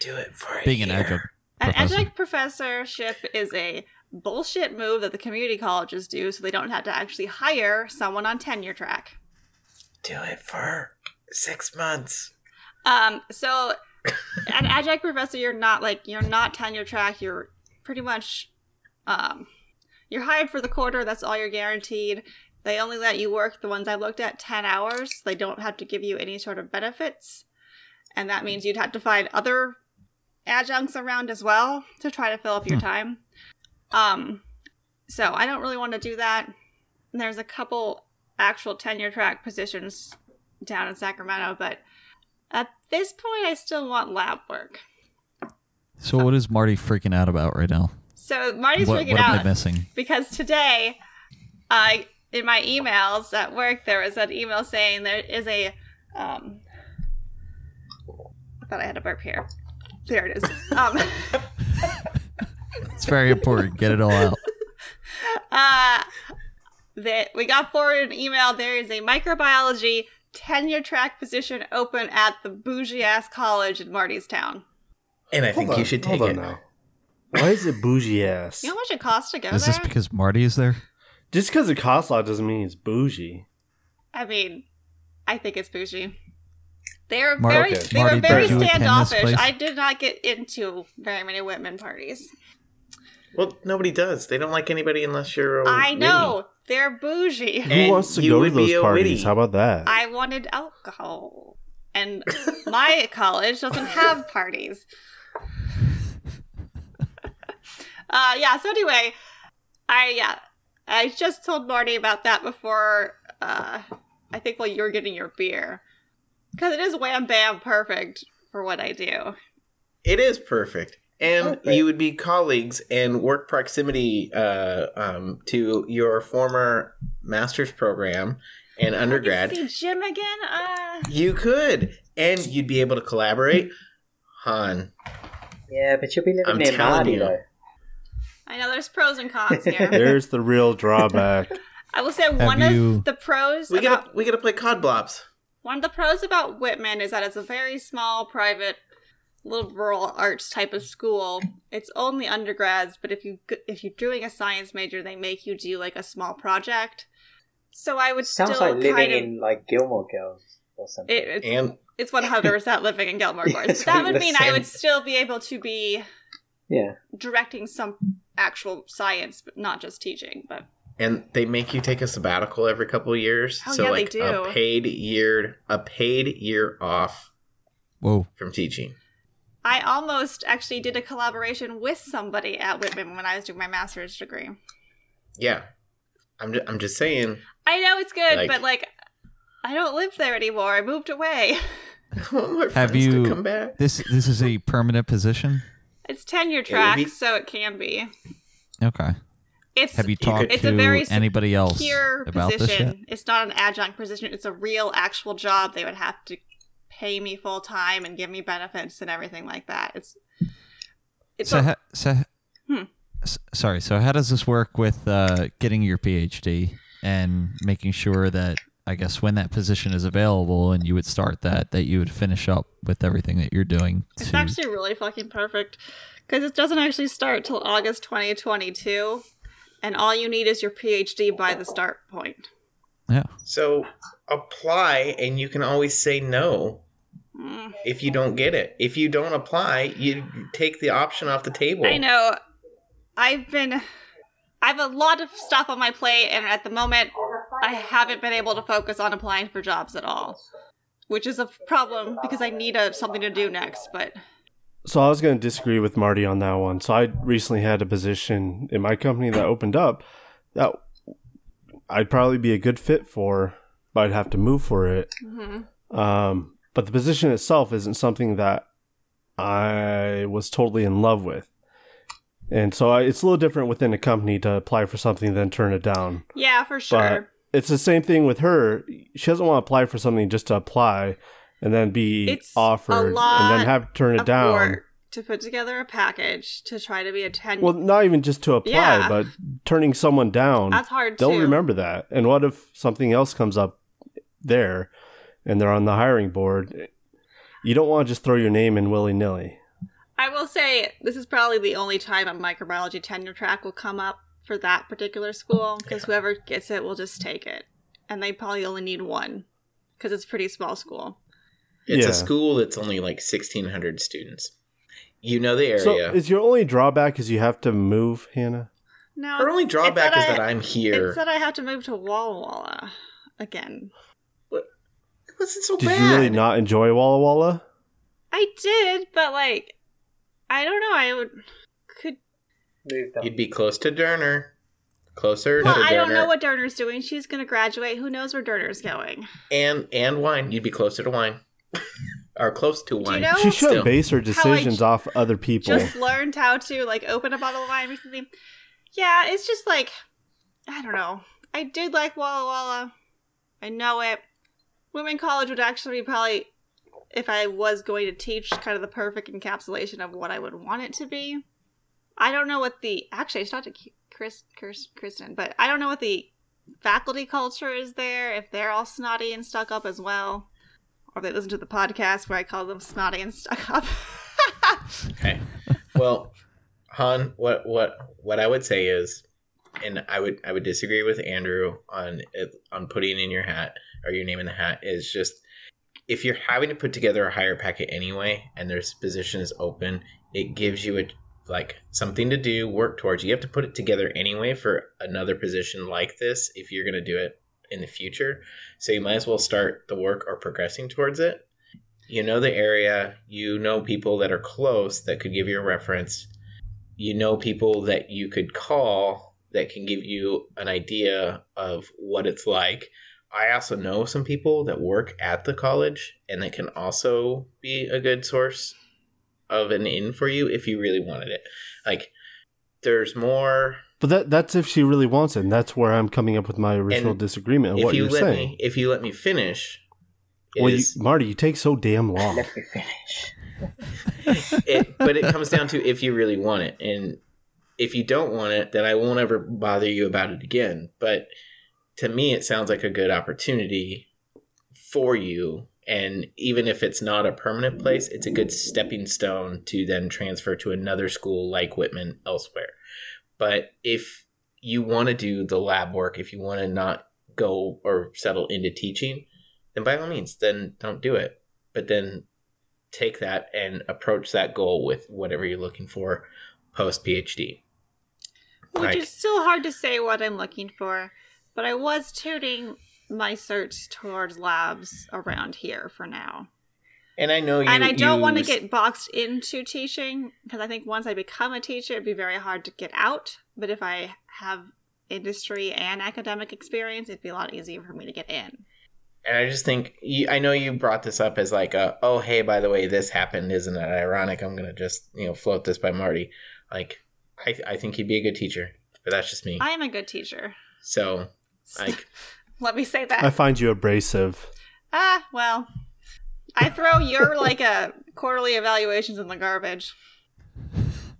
S2: Do it for a
S1: Being an
S2: year.
S1: adjunct
S3: An
S1: professor.
S3: adjunct professorship is a bullshit move that the community colleges do so they don't have to actually hire someone on tenure track.
S2: Do it for six months.
S3: Um, so an adjunct professor, you're not like you're not tenure track. You're pretty much um, you're hired for the quarter. That's all you're guaranteed. They only let you work the ones I looked at ten hours. They don't have to give you any sort of benefits, and that means you'd have to find other adjuncts around as well to try to fill up your
S1: Hmm.
S3: time. Um, so I don't really want to do that. And there's a couple actual tenure track positions down in Sacramento, but at this point, I still want lab work.
S1: So what is Marty freaking out about right now?
S3: So Marty's
S1: what
S3: freaking
S1: what am I
S3: out
S1: missing?
S3: because today, I in my emails at work there was an email saying there is a. Um, I thought I had a burp here. There it is. Um,
S1: It's very important. Get it all out.
S3: uh, that we got forwarded an email. There is a microbiology tenure track position open at the bougie ass college in Marty's town.
S2: And I think
S4: Hold
S2: you
S4: on,
S2: should
S4: hold
S2: take
S4: on
S2: it.
S4: now. Why is it bougie ass?
S3: You know how much it costs to go
S1: Is
S3: there?
S1: this because Marty is there?
S4: Just because it costs a lot doesn't mean it's bougie.
S3: I mean, I think it's bougie. They were
S1: Mar-
S3: very,
S4: Okay.
S3: they
S1: Marty,
S3: were very
S1: did you attend this
S3: standoffish.
S1: place?
S3: I did not get into very many Whitman parties.
S2: Well, nobody does. They don't like anybody unless you're.
S1: Oh,
S2: a
S3: I
S2: witty.
S3: know they're bougie.
S4: Who
S2: And
S4: wants to
S2: you
S4: go to
S2: would be
S4: those
S2: a
S4: parties?
S2: witty.
S4: How about that?
S3: I wanted alcohol, and my college doesn't have parties. Uh, yeah. So anyway, I yeah, I just told Marty about that before. Uh, I think while you were getting your beer, because it is wham bam perfect for what I do.
S2: It is perfect. And
S5: Perfect.
S2: you would be colleagues and work proximity uh, um, to your former master's program and undergrad.
S3: See Jim again? Uh,
S2: You could, and you'd be able to collaborate. Han,
S5: Yeah, but you'll be living
S2: I'm
S5: near
S2: telling
S5: Marty,
S2: you.
S5: though.
S3: I know there's pros and cons here.
S4: There's the real drawback.
S3: I will say one
S1: you-
S3: of the pros.
S2: we
S3: about,
S2: gotta we gotta play cod blops.
S3: one of the pros about Whitman is that it's a very small, private, liberal arts type of school. It's only undergrads, but if you if you're doing a science major, they make you do like a small project. So I would
S5: Sounds
S3: still
S5: like living
S3: kind of.
S5: in like Gilmore Girls or something.
S3: it- it's
S2: And
S3: it's one hundred percent living in Gilmore
S5: Yeah,
S3: Gardens.
S5: it's
S3: that
S5: really
S3: would
S5: the
S3: mean I
S2: same.
S3: would still be able to be
S5: yeah,
S3: directing some actual science, but not just teaching. But
S2: and they make you take a sabbatical every couple of years.
S3: Oh,
S2: so
S3: yeah, they
S2: like
S3: do.
S2: a paid year a paid year off
S1: Whoa.
S2: from teaching.
S3: I almost actually did a collaboration with somebody at Whitman when I was doing my master's degree.
S2: Yeah. I'm just, I'm just saying.
S3: I know it's good,
S2: Like-
S3: but like, I don't live there anymore. I moved away.
S2: I want my friends
S1: Have
S2: to
S1: you-
S2: come back?
S1: This this is a permanent position.
S3: It's tenure
S2: Yeah, you'd
S3: track,
S2: be-
S3: so it can be.
S1: Okay.
S3: It's
S1: Have you
S2: You could-
S1: talked
S3: It's a
S1: to
S3: very
S1: anybody else
S3: secure
S1: about this yet?
S3: position. It's not an adjunct position. It's a real, actual job. They would have to pay me full time and give me benefits and everything like that. It's it's
S1: So,
S3: a-
S1: ha- so
S3: Hmm.
S1: s- sorry. So how does this work with uh, getting your PhD and making sure that I guess when that position is available and you would start that, that you would finish up with everything that you're doing.
S3: It's
S1: to-
S3: actually really fucking perfect because it doesn't actually start till August 2022, and all you need is your PhD by the start point.
S1: yeah.
S2: So apply, and you can always say no
S3: Mm.
S2: if you don't get it. If you don't apply, you take the option off the table.
S3: I know. I've been. I have a lot of stuff on my plate, and at the moment, I haven't been able to focus on applying for jobs at all, which is a problem because I need a, something to do next. But
S4: So I was going to disagree with Marty on that one. So I recently had a position in my company that opened up that I'd probably be a good fit for, but but I'd have to move for it.
S3: hmm
S4: Um, but the position itself isn't something that I was totally in love with. And so I, it's a little different within a company to apply for something than turn it down.
S3: Yeah, for sure.
S4: It's the same thing with her. She doesn't want to apply for something just to apply and then be
S3: It's a
S4: offered and
S3: lot
S4: then have to turn it down.
S3: Work to put together a package to try to be a ten.
S4: Well, not even just to apply,
S3: Yeah.
S4: but turning someone down.
S3: that's hard.
S4: they'll
S3: too.
S4: remember that. And what if something else comes up there and they're on the hiring board? You don't want to just throw your name in willy nilly.
S3: I will say this is probably the only time a microbiology tenure track will come up for that particular school because whoever gets it will just take it, and they probably only need one because it's a pretty small school.
S2: It's
S4: Yeah.
S2: a school that's only like 1,600 students. You know the
S4: So,
S2: area.
S4: is your only drawback is you have to move, Hannah?
S3: No,
S2: Our only drawback
S3: that
S2: is
S3: I-
S2: that I'm here.
S3: It's that I have to move to Walla Walla again.
S2: it wasn't so
S4: Did
S2: bad.
S4: you really not enjoy Walla Walla?
S3: I did, but like, I don't know. I would could.
S5: Moved on.
S2: You'd be close to Derner. Closer
S3: Well,
S2: to Derner.
S3: I don't know what Derner's doing. She's gonna graduate. Who knows where Derner's going?
S2: and and wine. You'd be closer to wine. or close to wine.
S3: know-
S4: She shouldn't
S2: Still.
S4: base her decisions
S3: ju-
S4: off other people.
S3: Just learned how to like open a bottle of wine recently. Yeah, it's just like, I don't know. I did like Walla Walla. I know it. Women college would actually be probably, if I was going to teach, kind of the perfect encapsulation of what I would want it to be. I don't know what the actually it's not to Chris, Chris Kristen, but I don't know what the faculty culture is there. If they're all snotty and stuck up as well, or if they listen to the podcast where I call them snotty and stuck up.
S2: Okay. Well, Han, what what what I would say is, and I would I would disagree with Andrew on it, on putting in your hat or your name in the hat is just if you're having to put together a hire packet anyway, and there's positions open, it gives you a like something to do, work towards. You have to put it together anyway for another position like this if you're going to do it in the future. So you might as well start the work or progressing towards it you know the area you know people that are close that could give you a reference you know people that you could call that can give you an idea of what it's like i also know some people that work at the college and that can also be a good source of an in for you if you really wanted it like there's more
S4: but that, that's if she really wants it. And that's where I'm coming up with my original
S2: And
S4: disagreement of
S2: if
S4: what
S2: you
S4: you're
S2: let
S4: saying.
S2: me if you let me finish
S4: well, you,
S2: is-
S4: Marty, you take so damn long.
S5: Let me finish.
S2: it, but it comes down to if you really want it and if you don't want it then i won't ever bother you about it again but to me it sounds like a good opportunity for you and even if it's not a permanent place it's a good stepping stone to then transfer to another school like whitman elsewhere but if you want to do the lab work if you want to not go or settle into teaching then by all means then don't do it but then take that and approach that goal with whatever you're looking for post PhD.
S3: Which
S2: Like-
S3: is still hard to say what I'm looking for, but I was tuning my search towards labs around here for now.
S2: And I know you.
S3: and I don't
S2: you-
S3: want to get boxed into teaching because I think once I become a teacher, it'd be very hard to get out. But if I have industry and academic experience, it'd be a lot easier for me to get in.
S2: And I just think you, I know you brought this up as like, a, oh hey, by the way, this happened. Isn't it ironic? I'm gonna just you know float this by Marty. Like, I I think he'd be a good teacher, but that's just me.
S3: I am a good teacher.
S2: so like,
S3: Let me say that.
S4: I find you abrasive.
S3: ah, well, I throw your like a quarterly evaluations in the garbage.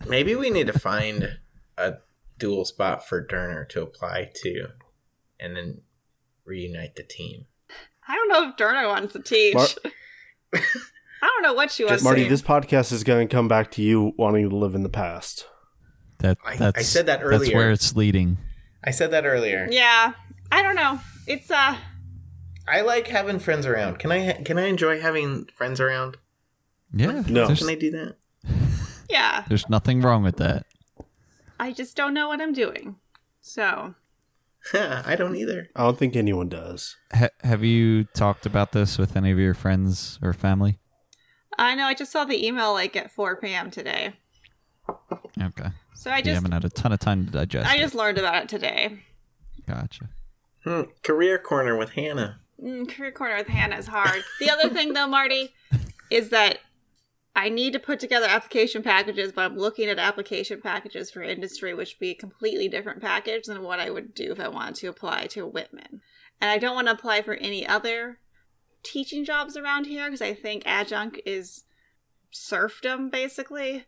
S2: maybe we need to find a dual spot for Derner to apply to, and then reunite the team.
S3: I don't know if Derna wants to teach.
S4: Mar-
S3: I don't know what she wants.
S4: Marty,
S3: to.
S4: this podcast is going to come back to you wanting to live in the past.
S1: That,
S2: I- I
S1: that's,
S2: said that
S1: That's
S2: earlier.
S1: where it's leading.
S2: I said that earlier.
S3: Yeah, I don't know. It's uh,
S2: I like having friends around. Can I can I enjoy having friends around?
S1: Yeah.
S4: No.
S1: There's,
S2: Can I do that?
S3: yeah.
S1: there's nothing wrong with that.
S3: I just don't know what I'm doing. So
S2: I don't either.
S4: I don't think anyone does.
S1: Ha- have you talked about this with any of your friends or family?
S3: I know I just saw the email like at 4 p.m. today.
S1: Okay.
S3: So I
S1: you
S3: just
S1: haven't had a ton of time to digest.
S3: I
S1: it.
S3: just learned about it today.
S1: Gotcha.
S2: Hmm, career corner with Hannah.
S3: mm, career corner with Hannah is hard. The other thing, though, Marty, is that I need to put together application packages, but I'm looking at application packages for industry, which would be a completely different package than what I would do if I wanted to apply to Whitman. And I don't want to apply for any other teaching jobs around here because I think adjunct is serfdom, basically.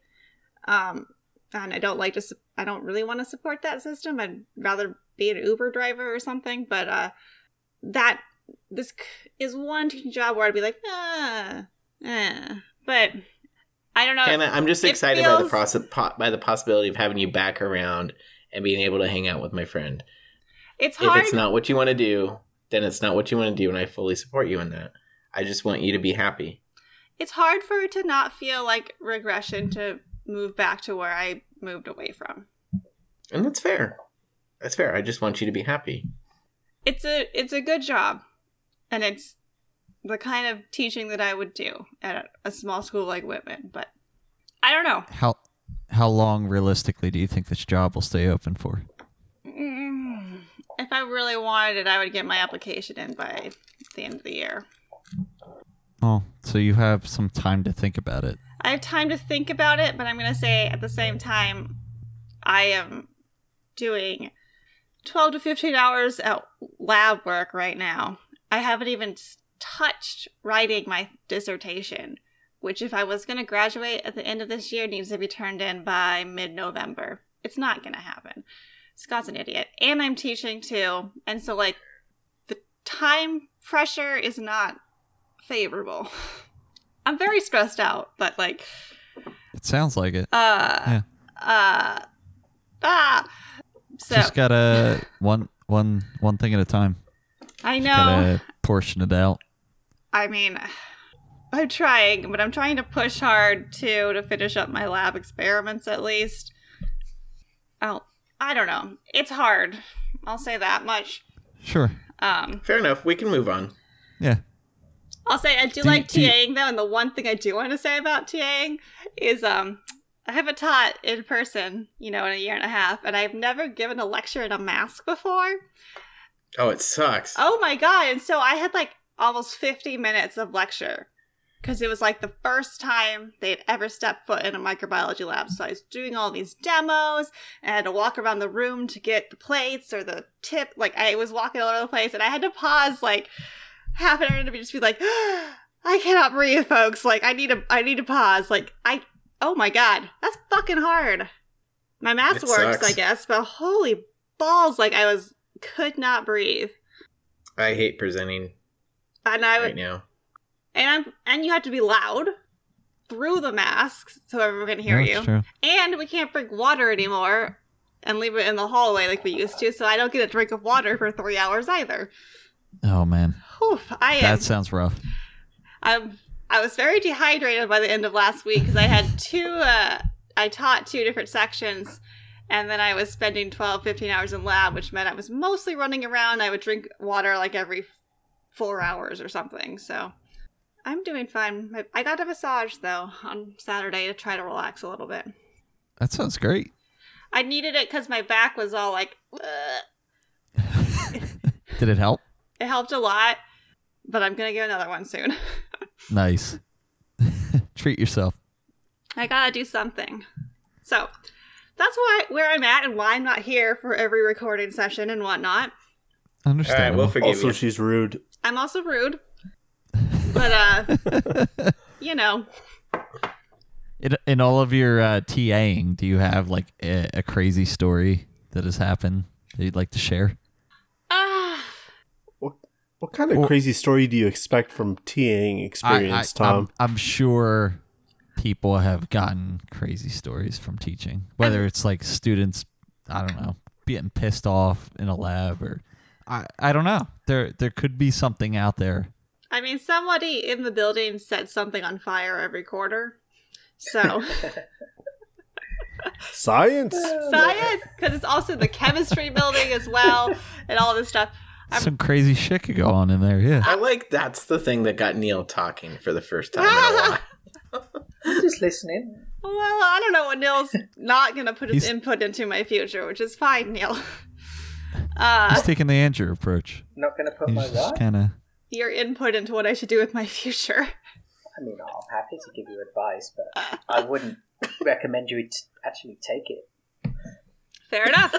S3: Um, and I don't like to. Su- I don't really want to support that system. I'd rather be an Uber driver or something. But uh, that this c- is one teaching job where I'd be like, ah, eh. but I don't know.
S2: Hannah, I'm just
S3: Uh, it
S2: excited by the
S3: feels-
S2: process, po- by the possibility of having you back around and being able to hang out with my friend.
S3: it's
S2: If
S3: hard.
S2: it's not what you want to do, then it's not what you want to do, and I fully support you in that. I just want you to be happy.
S3: it's hard for it to not feel like regression to move back to where I moved away from.
S2: And that's fair. That's fair. I just want you to be happy.
S3: It's a it's a good job, and it's the kind of teaching that I would do at a, a small school like Whitman. But I don't know.
S1: How how long realistically do you think this job will stay open for?
S3: Mm, If I really wanted it, I would get my application in by the end of the year.
S1: Oh, so you have some time to think about it.
S3: I have time to think about it, but I'm going to say at the same time, I am doing 12 to 15 hours at lab work right now. I haven't even s- touched writing my dissertation, which, if I was going to graduate at the end of this year, needs to be turned in by mid November. It's not going to happen. Scott's an idiot. And I'm teaching too. And so, like, the time pressure is not favorable. I'm very stressed out, but like,
S1: It sounds like it.
S3: uh,
S1: Yeah.
S3: uh, ah. So
S1: Just gotta one one one thing at a time.
S3: I know.
S1: Gotta portion it out.
S3: I mean, I'm trying, but I'm trying to push hard too to finish up my lab experiments at least. Oh, I don't know. It's hard. I'll say that much.
S1: Sure.
S3: Um,
S2: Fair enough. We can move on.
S1: Yeah.
S3: I'll say I do,
S1: Do you-
S3: like
S1: do you-
S3: TAing though, and the one thing I do want to say about TAing is um I haven't taught in person, you know, in a year and a half, and I've never given a lecture in a mask before.
S2: Oh, it sucks.
S3: Oh my god! And so I had like almost fifty minutes of lecture because it was like the first time they'd ever stepped foot in a microbiology lab. So I was doing all these demos and I had to walk around the room to get the plates or the tip. Like I was walking all over the place and I had to pause like half an hour to be just be like, I cannot breathe, folks. Like I need to, I need to pause. Like I, oh my god, that's fucking hard. My mask
S2: It
S3: works,
S2: sucks.
S3: I guess, but holy balls! Like I was could not breathe.
S2: I hate presenting
S3: And I
S2: right
S3: would,
S2: now.
S3: and I'm, and you have to be loud through the masks so everyone can hear
S1: Yeah,
S3: you.
S1: it's true.
S3: And we can't bring water anymore and leave it in the hallway like we used to. So I don't get a drink of water for three hours either.
S1: Oh man.
S3: Oof, I am.
S1: That sounds rough.
S3: I'm. Um, I was very dehydrated by the end of last week because I had two. Uh, I taught two different sections. And then I was spending 12, 15 hours in lab, which meant I was mostly running around. I would drink water like every four hours or something. So I'm doing fine. I- I got a massage though on Saturday to try to relax a little bit.
S1: That sounds great.
S3: I needed it because my back was all like, "Ugh."
S1: Did it help?
S3: it helped a lot, but I'm going to get another one soon.
S1: Nice. Treat yourself.
S3: I gotta do something. So that's why where I'm at and why I'm not here for every recording session and whatnot.
S2: All right,
S1: Understandable.
S2: we'll forgive
S4: Also,
S2: you.
S4: she's rude.
S3: I'm also rude. But uh you know.
S1: in, in all of your uh, TAing, do you have like a, a crazy story that has happened that you'd like to share?
S3: Ah
S4: What kind of
S1: Well-
S4: crazy story do you expect from TAing experience,
S1: I, I,
S4: Tom?
S1: I'm, I'm sure people have gotten crazy stories from teaching, whether it's like students, I don't know, getting pissed off in a lab or I, I don't know. There there could be something out there.
S3: I mean somebody in the building sets something on fire every quarter. So
S4: Science.
S2: Uh,
S3: science because it's also the chemistry building as well and all this stuff. I'm-
S1: Some crazy shit could go on in there. Yeah.
S2: I like that's the thing that got Neil talking for the first time in a while.
S5: Just listening.
S3: Well, I don't know what Neil's not gonna put his
S1: He's-
S3: input into my future, which is fine, Neil. Uh
S1: He's taking the Andrew approach.
S5: Not going to put
S1: He's
S5: my
S1: just
S5: what?
S1: kind of
S3: your input into what I should do with my future.
S5: I mean, I'm happy to give you advice, but I wouldn't recommend you t- actually take it.
S3: Fair enough.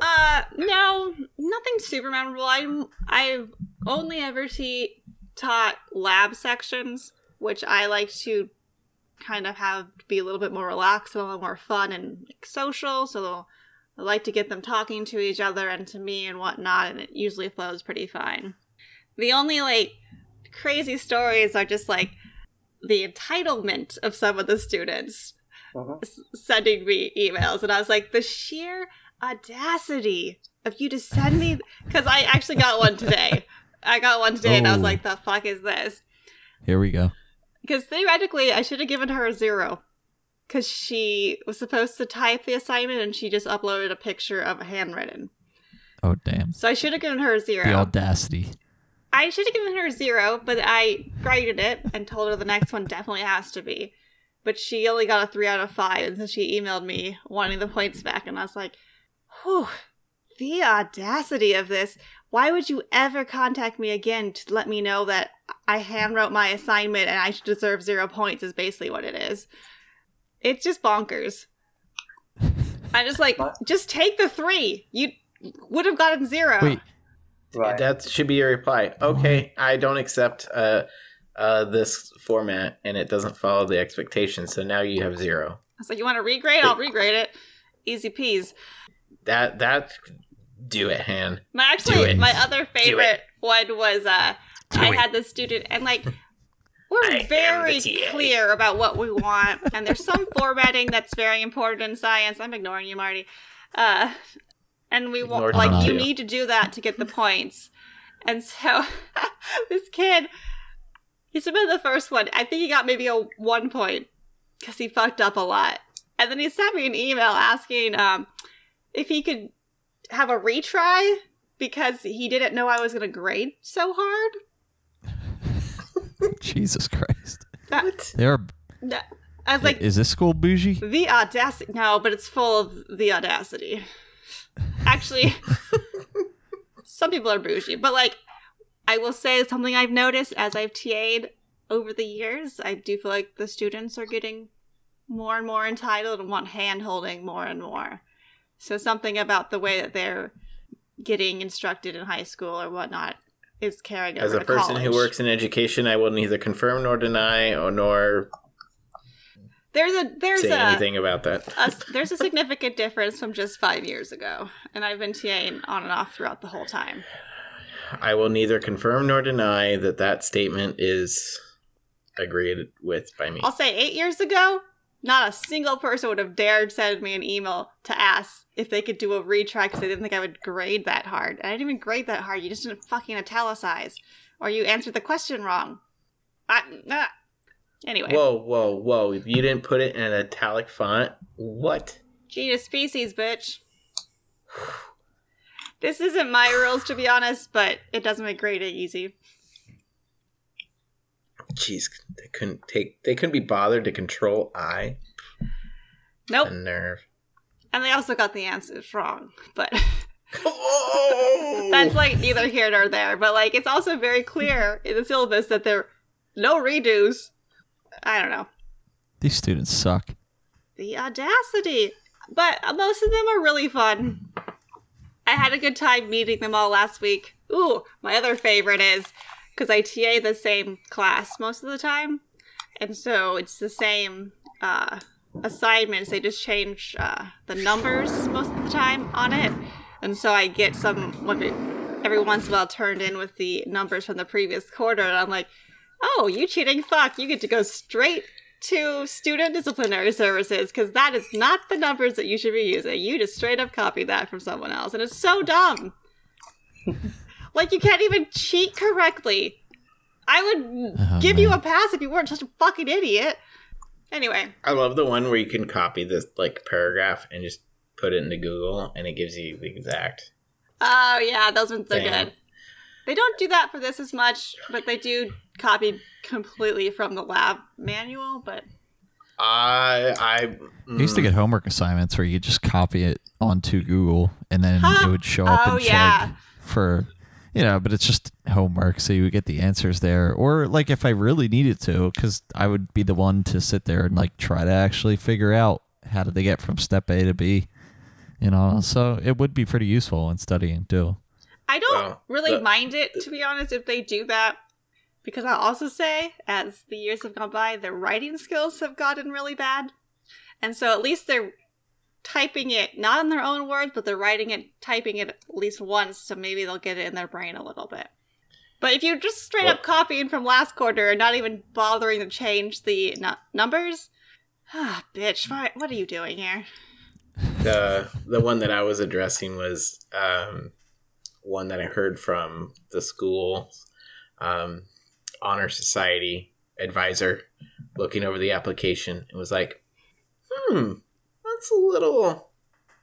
S3: uh, no, nothing super memorable. I'm I've only ever te- taught lab sections, which I like to kind of have be a little bit more relaxed and a little more fun and like, social. So I like to get them talking to each other and to me and whatnot, and it usually flows pretty fine. The only like crazy stories are just like the entitlement of some of the students
S5: Uh-huh.
S3: s- sending me emails and i was like the sheer audacity of you to send me because i actually got one today i got one today and i was
S1: Oh.
S3: like the fuck is this
S1: Here we go.
S3: because theoretically i should have given her a zero because she was supposed to type the assignment and she just uploaded a picture of a handwritten
S1: Oh damn.
S3: so i should have given her a zero
S1: The audacity.
S3: I should have given her a zero, but I graded it and told her the next one definitely has to be. But she only got a three out of five, and so she emailed me wanting the points back, and I was like, whew, the audacity of this. Why would you ever contact me again to let me know that I handwrote my assignment and I should deserve zero points is basically what it is. It's just bonkers. I'm just like, just take the three. You would have gotten zero.
S1: Wait,
S5: Right.
S2: That should be your reply. Okay, I don't accept uh, uh, this format, and it doesn't follow the expectations. So now you have zero.
S3: So you want to regrade? I'll regrade it. Easy peas.
S2: That that do it, Han.
S3: My
S2: Do
S3: actually
S2: it.
S3: my other favorite one was uh
S2: Do
S3: I
S2: it.
S3: had the student and like
S2: I am
S3: we're
S2: the
S3: very
S2: TA.
S3: clear about what we want and there's some formatting that's very important in science. I'm ignoring you, Marty. Uh and we
S2: Ignore
S3: want like
S1: Tom,
S3: you
S2: too.
S3: need to do that to get the points. And so this kid he submitted the first one. I think he got maybe a one point because he fucked up a lot. And then he sent me an email asking um, if he could have a retry because he didn't know I was going to grade so hard.
S1: Jesus Christ.
S3: That-
S1: There are
S3: I was like,
S1: is this school bougie?
S3: the audacity. No, but it's full of the audacity. Actually, some people are bougie, but like, I will say something I've noticed as I've TA'd over the years. I do feel like the students are getting more and more entitled and want hand holding more and more. So, something about the way that they're getting instructed in high school or whatnot is carrying over
S2: As a
S3: to
S2: person who
S3: college.
S2: works in education, I will neither confirm nor deny, or nor
S3: There's a there's
S2: say
S3: a
S2: anything about that.
S3: a, there's a significant difference from just five years ago, and I've been TAing on and off throughout the whole time.
S2: I will neither confirm nor deny that that statement is agreed with by me.
S3: I'll say eight years ago, not a single person would have dared send me an email to ask if they could do a retry because they didn't think I would grade that hard. And I didn't even grade that hard. You just didn't fucking italicize, or you answered the question wrong. I, ah. Anyway,
S2: Whoa, whoa, whoa! If you didn't put it in an italic font, what?
S3: genus species, bitch. This isn't my rules, to be honest, but it doesn't make grading easy.
S2: Jeez, they couldn't take. They couldn't be bothered to control I.
S3: Nope.
S2: The nerve.
S3: And they also got the answers wrong, but
S2: Oh!
S3: that's like neither here nor there. But like, it's also very clear in the syllabus that there no redos. I don't know
S1: These students suck.
S3: the audacity, but most of them are really fun. I had a good time meeting them all last week. Ooh, my other favorite is because I TA the same class most of the time, and so it's the same uh, assignments. They just change uh, the numbers most of the time on it, and so I get some every once in a while turned in with the numbers from the previous quarter, and I'm like, "Oh, you cheating fuck! You get to go straight to student disciplinary services because that is not the numbers that you should be using. You just straight up copied that from someone else, and it's so dumb. like you can't even cheat correctly. I would
S1: Oh,
S3: give you
S1: man.
S3: a pass if you weren't such a fucking idiot. Anyway,
S2: I love the one where you can copy this like paragraph and just put it into Google, and it gives you the exact.
S3: oh yeah, those ones are
S2: Damn.
S3: good. They don't do that for this as much, but they do copy completely from the lab manual. But
S2: I I
S1: I used to
S2: mm,
S1: get homework assignments where you could just copy it onto Google and then
S3: Huh?
S1: it would show up
S3: Oh,
S1: and check
S3: yeah.
S1: for you know, but it's just homework, so you would get the answers there. Or like if I really needed to, because I would be the one to sit there and like try to actually figure out how did they get from step A to B, you know. So it would be pretty useful in studying too.
S3: I don't
S2: Wow.
S3: really
S2: But-
S3: mind it, to be honest, if they do that. Because I'll also say, as the years have gone by, their writing skills have gotten really bad. And so at least they're typing it, not in their own words, but they're writing it, typing it at least once, so maybe they'll get it in their brain a little bit. But if you're just straight up copying from last quarter and not even bothering to change the nu- numbers, ah, bitch, why- what are you doing here?
S2: the the one that I was addressing was um, one that I heard from the school um, honor society advisor looking over the application and was like, "Hmm, that's a little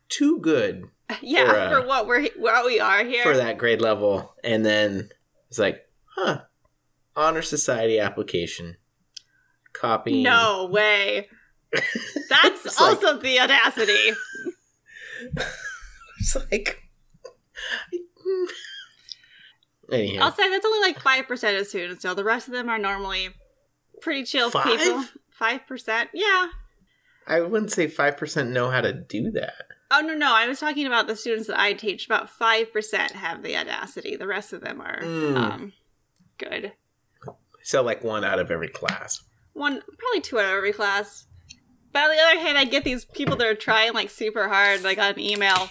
S2: too good
S3: yeah,
S2: For, uh,
S3: for what we're what we are here.
S2: for that grade level." And then it's like, "Huh, honor society application." Copying.
S3: No way. That's
S2: It's like-
S3: also the audacity.
S2: It's like. hmm. Anyhow.
S3: I'll say that's only like five percent of students, so the rest of them are normally pretty chill
S2: Five?
S3: people. Five percent, yeah.
S2: I wouldn't say five percent know how to do that.
S3: Oh no, no, I was talking about the students that I teach. About five percent have the audacity. The rest of them are
S2: Mm.
S3: um, good.
S2: So like one out of every class.
S3: One, probably two out of every class. But on the other hand, I get these people that are trying like super hard. Like I got an email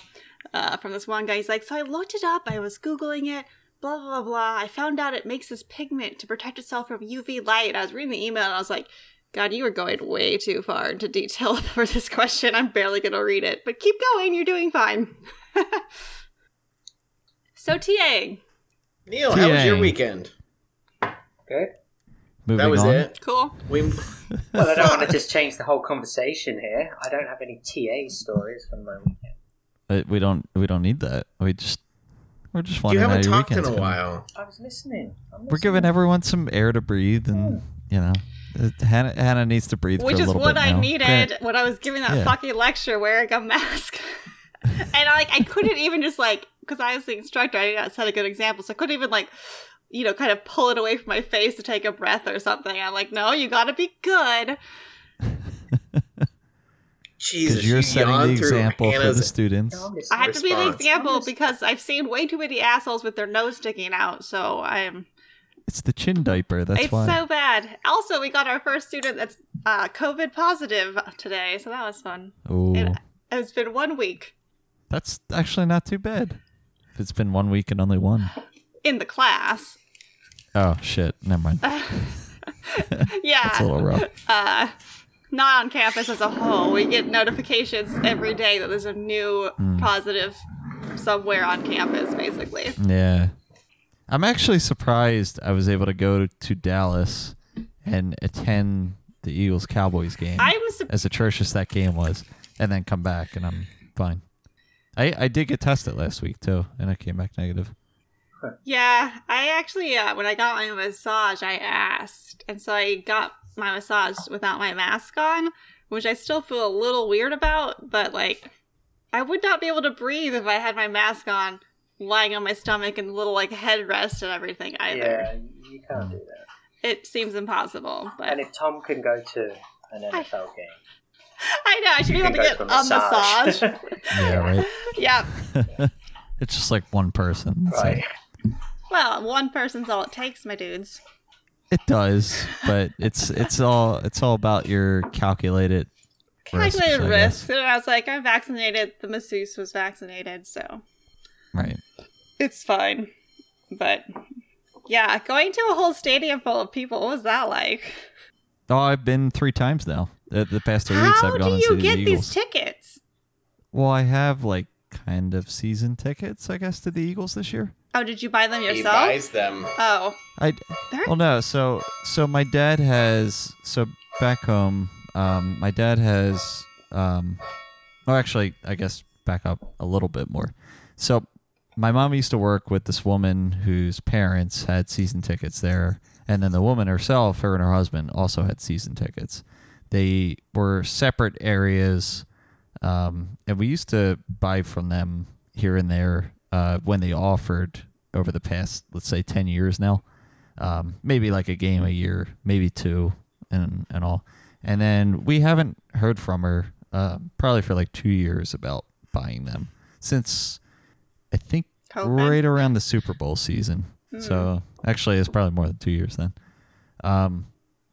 S3: uh, from this one guy. He's like, so I looked it up. I was Googling it. Blah, blah, blah, blah. I found out it makes this pigment to protect itself from UV light. I was reading the email and I was like, God, you are going way too far into detail for this question. I'm barely going to read it. But keep going. You're doing fine. so, TAing.
S2: Neil, how was your
S1: Dang.
S2: weekend?
S5: Good.
S1: Moving
S2: that was
S1: on.
S2: it.
S3: Cool.
S2: We
S5: Well, I don't want to just change the whole conversation here. I don't have any TA stories from my weekend.
S1: But uh, we don't we don't need that. We just we're just
S2: you
S1: wondering how
S2: haven't
S1: your
S2: talked in
S1: weekend's
S2: a
S1: going.
S2: while.
S5: I was listening. I'm
S1: We're
S5: listening.
S1: giving everyone some air to breathe, and you know, it- Hannah, Hannah needs to breathe.
S3: which
S1: for a
S3: is
S1: little
S3: what
S1: bit
S3: I
S1: now.
S3: needed
S1: Grant,
S3: when I was giving that
S1: Yeah.
S3: fucking lecture wearing a mask. and I, like I couldn't even just like because I was the instructor, I didn't set a good example, so I couldn't even like you know kind of pull it away from my face to take a breath or something. I'm like, no, you got to be good.
S2: Jesus,
S1: you're
S2: you
S1: setting
S2: yawned
S1: the
S2: through
S1: example for the
S2: Hannah's-
S1: students.
S5: No, I'm
S3: I
S5: listening.
S3: have to be the
S2: Response.
S3: example because I've seen way too many assholes with their nose sticking out. So I'm
S1: It's the chin diaper. That's
S3: it's
S1: why.
S3: so bad. Also, we got our first student that's uh, COVID positive today, so that was fun.
S1: Ooh,
S3: And it's been one week
S1: that's actually not too bad. If it's been one week and only one.
S3: in the class.
S1: Oh shit! Never mind.
S3: Yeah.
S1: That's a little rough.
S3: uh, not on campus as a whole. We get notifications every day that there's a new positive somewhere on campus, basically.
S1: Yeah. I'm actually surprised I was able to go to Dallas and attend the Eagles Cowboys game.
S3: I'm su-
S1: as atrocious that game was, and then come back and I'm fine. I, I did get tested last week too, and I came back negative.
S3: yeah. I actually, uh, when I got my massage, I asked, and so I got my massage without my mask on, which I still feel a little weird about. But like, I would not be able to breathe if I had my mask on, lying on my stomach and little like headrest and everything either.
S5: Yeah, you can't do that.
S3: It seems impossible. But
S5: And if Tom can go to an NFL game,
S3: I know. I should be
S5: you
S3: able
S5: can
S3: to
S5: go
S3: get
S5: to
S3: a
S5: a massage.
S3: massage.
S1: Yeah, right.
S3: yeah.
S1: it's just like one person. so-
S5: right.
S3: Well, one person's all it takes, my dudes.
S1: It does, but it's it's all it's all about your calculated. risks,
S3: Calculated
S1: I guess.
S3: risk. And I was like, I'm vaccinated. The masseuse was vaccinated, so
S1: Right.
S3: it's fine. But yeah, going to a whole stadium full of people, what was that like?
S1: Oh, I've been three times now. The, the past three weeks,
S3: How
S1: I've gone
S3: do
S1: and seen
S3: you
S1: the
S3: get
S1: Eagles.
S3: these tickets?
S1: well, I have like kind of season tickets, I guess, to the Eagles this year.
S3: Oh, did you buy them
S2: He
S3: yourself?
S2: buys them.
S3: Oh,
S1: I
S3: They're-
S1: well no so so my dad has so back home um my dad has um oh actually I guess back up a little bit more so my mom used to work with this woman whose parents had season tickets there and then the woman herself her and her husband also had season tickets they were separate areas um, and we used to buy from them here and there uh, when they offered over the past, let's say, 10 years now. Um, maybe like a game a year, maybe two, and, and all. And then we haven't heard from her uh, probably for like two years about buying them since I think
S3: Copan?
S1: right around the Super Bowl season. So actually, it's probably more than two years then. Um,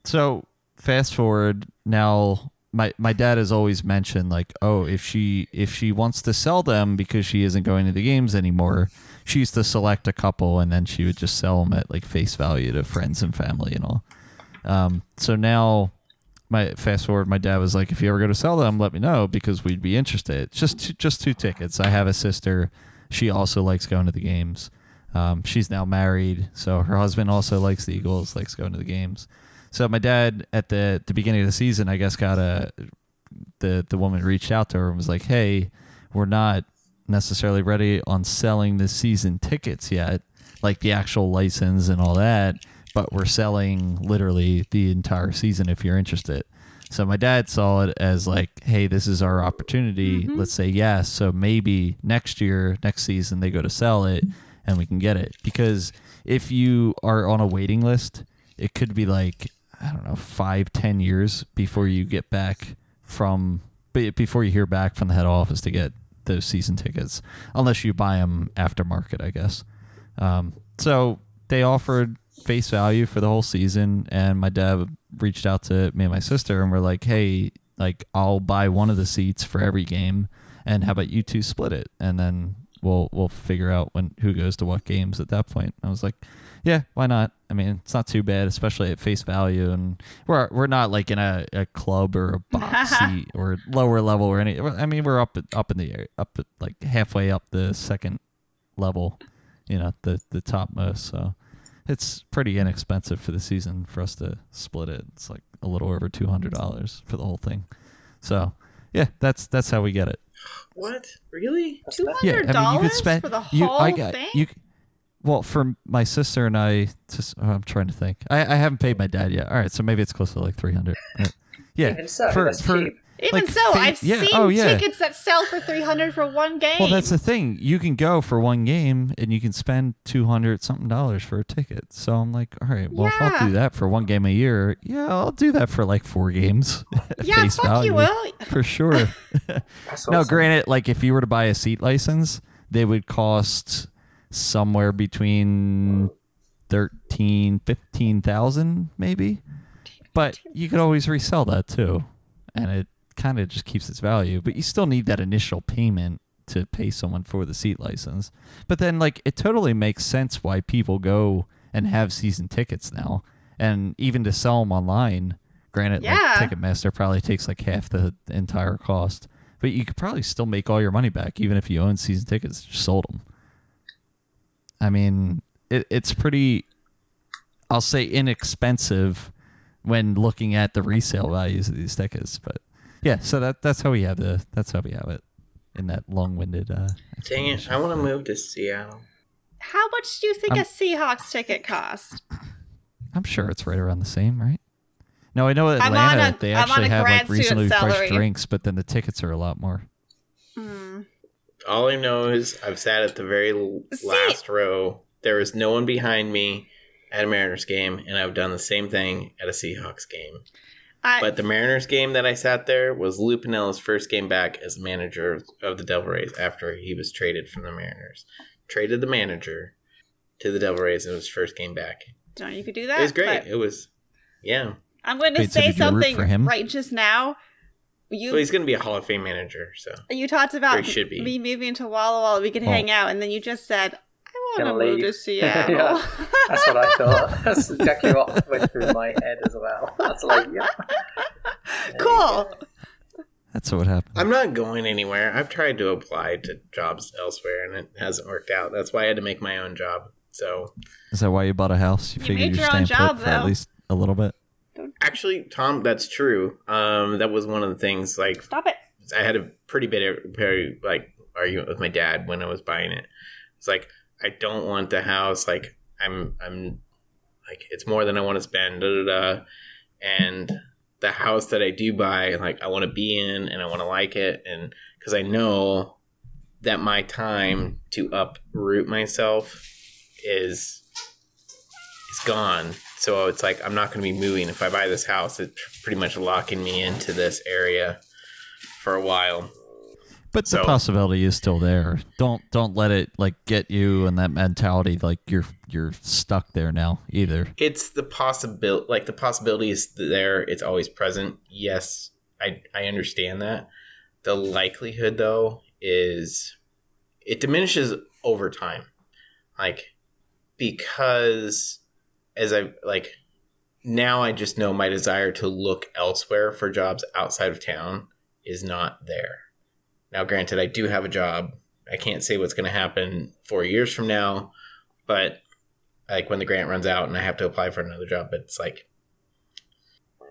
S1: so fast forward now, my my dad has always mentioned like, oh, if she if she wants to sell them because she isn't going to the games anymore, she used to select a couple and then she would just sell them at like face value to friends and family and all. Um, so now, my fast forward, my dad was like, if you ever go to sell them, let me know because we'd be interested. It's Just two, just two tickets. I have a sister. She also likes going to the games. Um, she's now married, so her husband also likes the Eagles, likes going to the games. So my dad at the the beginning of the season, I guess, got a the the woman reached out to her and was like, "Hey, we're not necessarily ready on selling the season tickets yet, like the actual license and all that, but we're selling literally the entire season if you're interested." So my dad saw it as like, "Hey, this is our opportunity. Let's say yes. So maybe next year, next season they go to sell it and we can get it because if you are on a waiting list, it could be like I don't know five ten years before you get back from be- before you hear back from the head office to get those season tickets, unless you buy them aftermarket, I guess. Um, so they offered face value for the whole season, and my dad reached out to me and my sister, and we're like, "Hey, like I'll buy one of the seats for every game, and how about you two split it, and then we'll we'll figure out when who goes to what games at that point." I was like, "Yeah, why not? I mean, it's not too bad, especially at face value, and we're we're not like in a, a club or a box seat or lower level or any. I mean, we're up up in the air, up like halfway up the second level, you know, the the topmost. So it's pretty inexpensive for the season for us to split it. It's like a little over two hundred dollars for the whole thing. So yeah, that's that's how we get it.
S2: What? Really?
S3: Two
S1: Yeah,
S3: hundred dollars
S1: I mean, you could spend
S3: for the whole
S1: you, I got,
S3: thing.
S1: You, well, for my sister and I, just, oh, I'm trying to think. I, I haven't paid my dad yet. All right, so maybe it's close to like three hundred. Yeah,
S5: Even so,
S1: for,
S5: that's
S1: for,
S5: cheap.
S3: Even
S1: like,
S3: so,
S1: fa-
S3: I've
S1: yeah,
S3: seen
S1: oh, yeah.
S3: tickets that sell for three hundred for one game.
S1: Well, that's the thing. You can go for one game and you can spend two hundred something dollars for a ticket. So I'm like, all right, well, if I'll
S3: Yeah.
S1: do that for one game a year, yeah, I'll do that for like four games. at
S3: yeah,
S1: face
S3: fuck
S1: value,
S3: you, Will.
S1: for sure.
S5: That's
S1: no,
S5: awesome.
S1: granted, like if you were to buy a seat license, they would cost somewhere between thirteen, fifteen thousand, maybe. But you could always resell that too, and it kind of just keeps its value. But you still need that initial payment to pay someone for the seat license. But then, like, it totally makes sense why people go and have season tickets now, and even to sell them online. Granted,
S3: Yeah.
S1: like Ticketmaster probably takes like half the entire cost, but you could probably still make all your money back even if you own season tickets, just sold them. I mean, it, it's pretty, I'll say inexpensive when looking at the resale values of these tickets. But yeah, so that that's how we have the that's how we have it in that long-winded. Uh,
S2: Dang it!
S1: explanation.
S2: I want to move to Seattle.
S3: How much do you think
S1: I'm-
S3: a Seahawks ticket cost?
S1: I'm sure it's right around the same, right? No, I know
S3: on
S1: Atlanta
S3: a-
S1: they
S3: I'm on
S1: actually
S3: a
S1: have
S3: grad
S1: like
S3: student
S1: reasonably
S3: salary.
S1: priced drinks, but then the tickets are a lot more.
S3: Hmm.
S2: All I know is I've sat at the very l-
S3: See-
S2: last row. There was no one behind me at a Mariners game, and I've done the same thing at a Seahawks game.
S3: I,
S2: But the Mariners game that I sat there was Lou Pinella's first game back as manager of the Devil Rays after he was traded from the Mariners. Traded the manager to the Devil Rays in his first game back.
S3: don't know you could do that.
S2: It was great.
S3: but
S2: It was, yeah.
S3: I'm going to
S1: Wait, so
S3: say
S1: did you root
S3: something
S1: for him?
S3: right just now. You
S2: Well, he's going to be a Hall of Fame manager, so
S3: you talked
S2: Or
S3: about
S2: he should be.
S3: me moving to Walla Walla. We could
S1: Oh.
S3: hang out, and then you just said, "I want
S5: Gonna
S3: to move
S5: leave.
S3: to Seattle."
S5: Yeah. That's what I thought. That's exactly what went through my head as well. That's like, yeah.
S3: cool.
S1: That's what happened.
S2: I'm not going anywhere. I've tried to apply to jobs elsewhere, and it hasn't worked out. That's why I had to make my own job. So
S1: Is that why you bought a house? You,
S3: You
S1: figured
S3: made
S1: you're
S3: your own
S1: staying
S3: job,
S1: put for at
S3: though.
S1: least a little bit.
S2: actually, Tom, that's true. Um, that was one of the things. Like
S3: Stop it.
S2: I had a pretty big very like argument with my dad when I was buying it. It's like I don't want the house. Like I'm I'm like it's more than I want to spend. Da, da, da. And the house that I do buy, like I want to be in and I want to like it, and because I know that my time to uproot myself is is gone. So it's like I'm not going to be moving. If I buy this house, it's pretty much locking me into this area for a while.
S1: But the
S2: So-
S1: possibility is still there. Don't don't let it like get you and that mentality like you're you're stuck there now either.
S2: It's the possibility, like the possibility is there. It's always present. Yes, I I understand that. The likelihood, though, is it diminishes over time, like because as I like now, I just know my desire to look elsewhere for jobs outside of town is not there. Now, granted, I do have a job. I can't say what's going to happen four years from now, but like when the grant runs out and I have to apply for another job, but it's like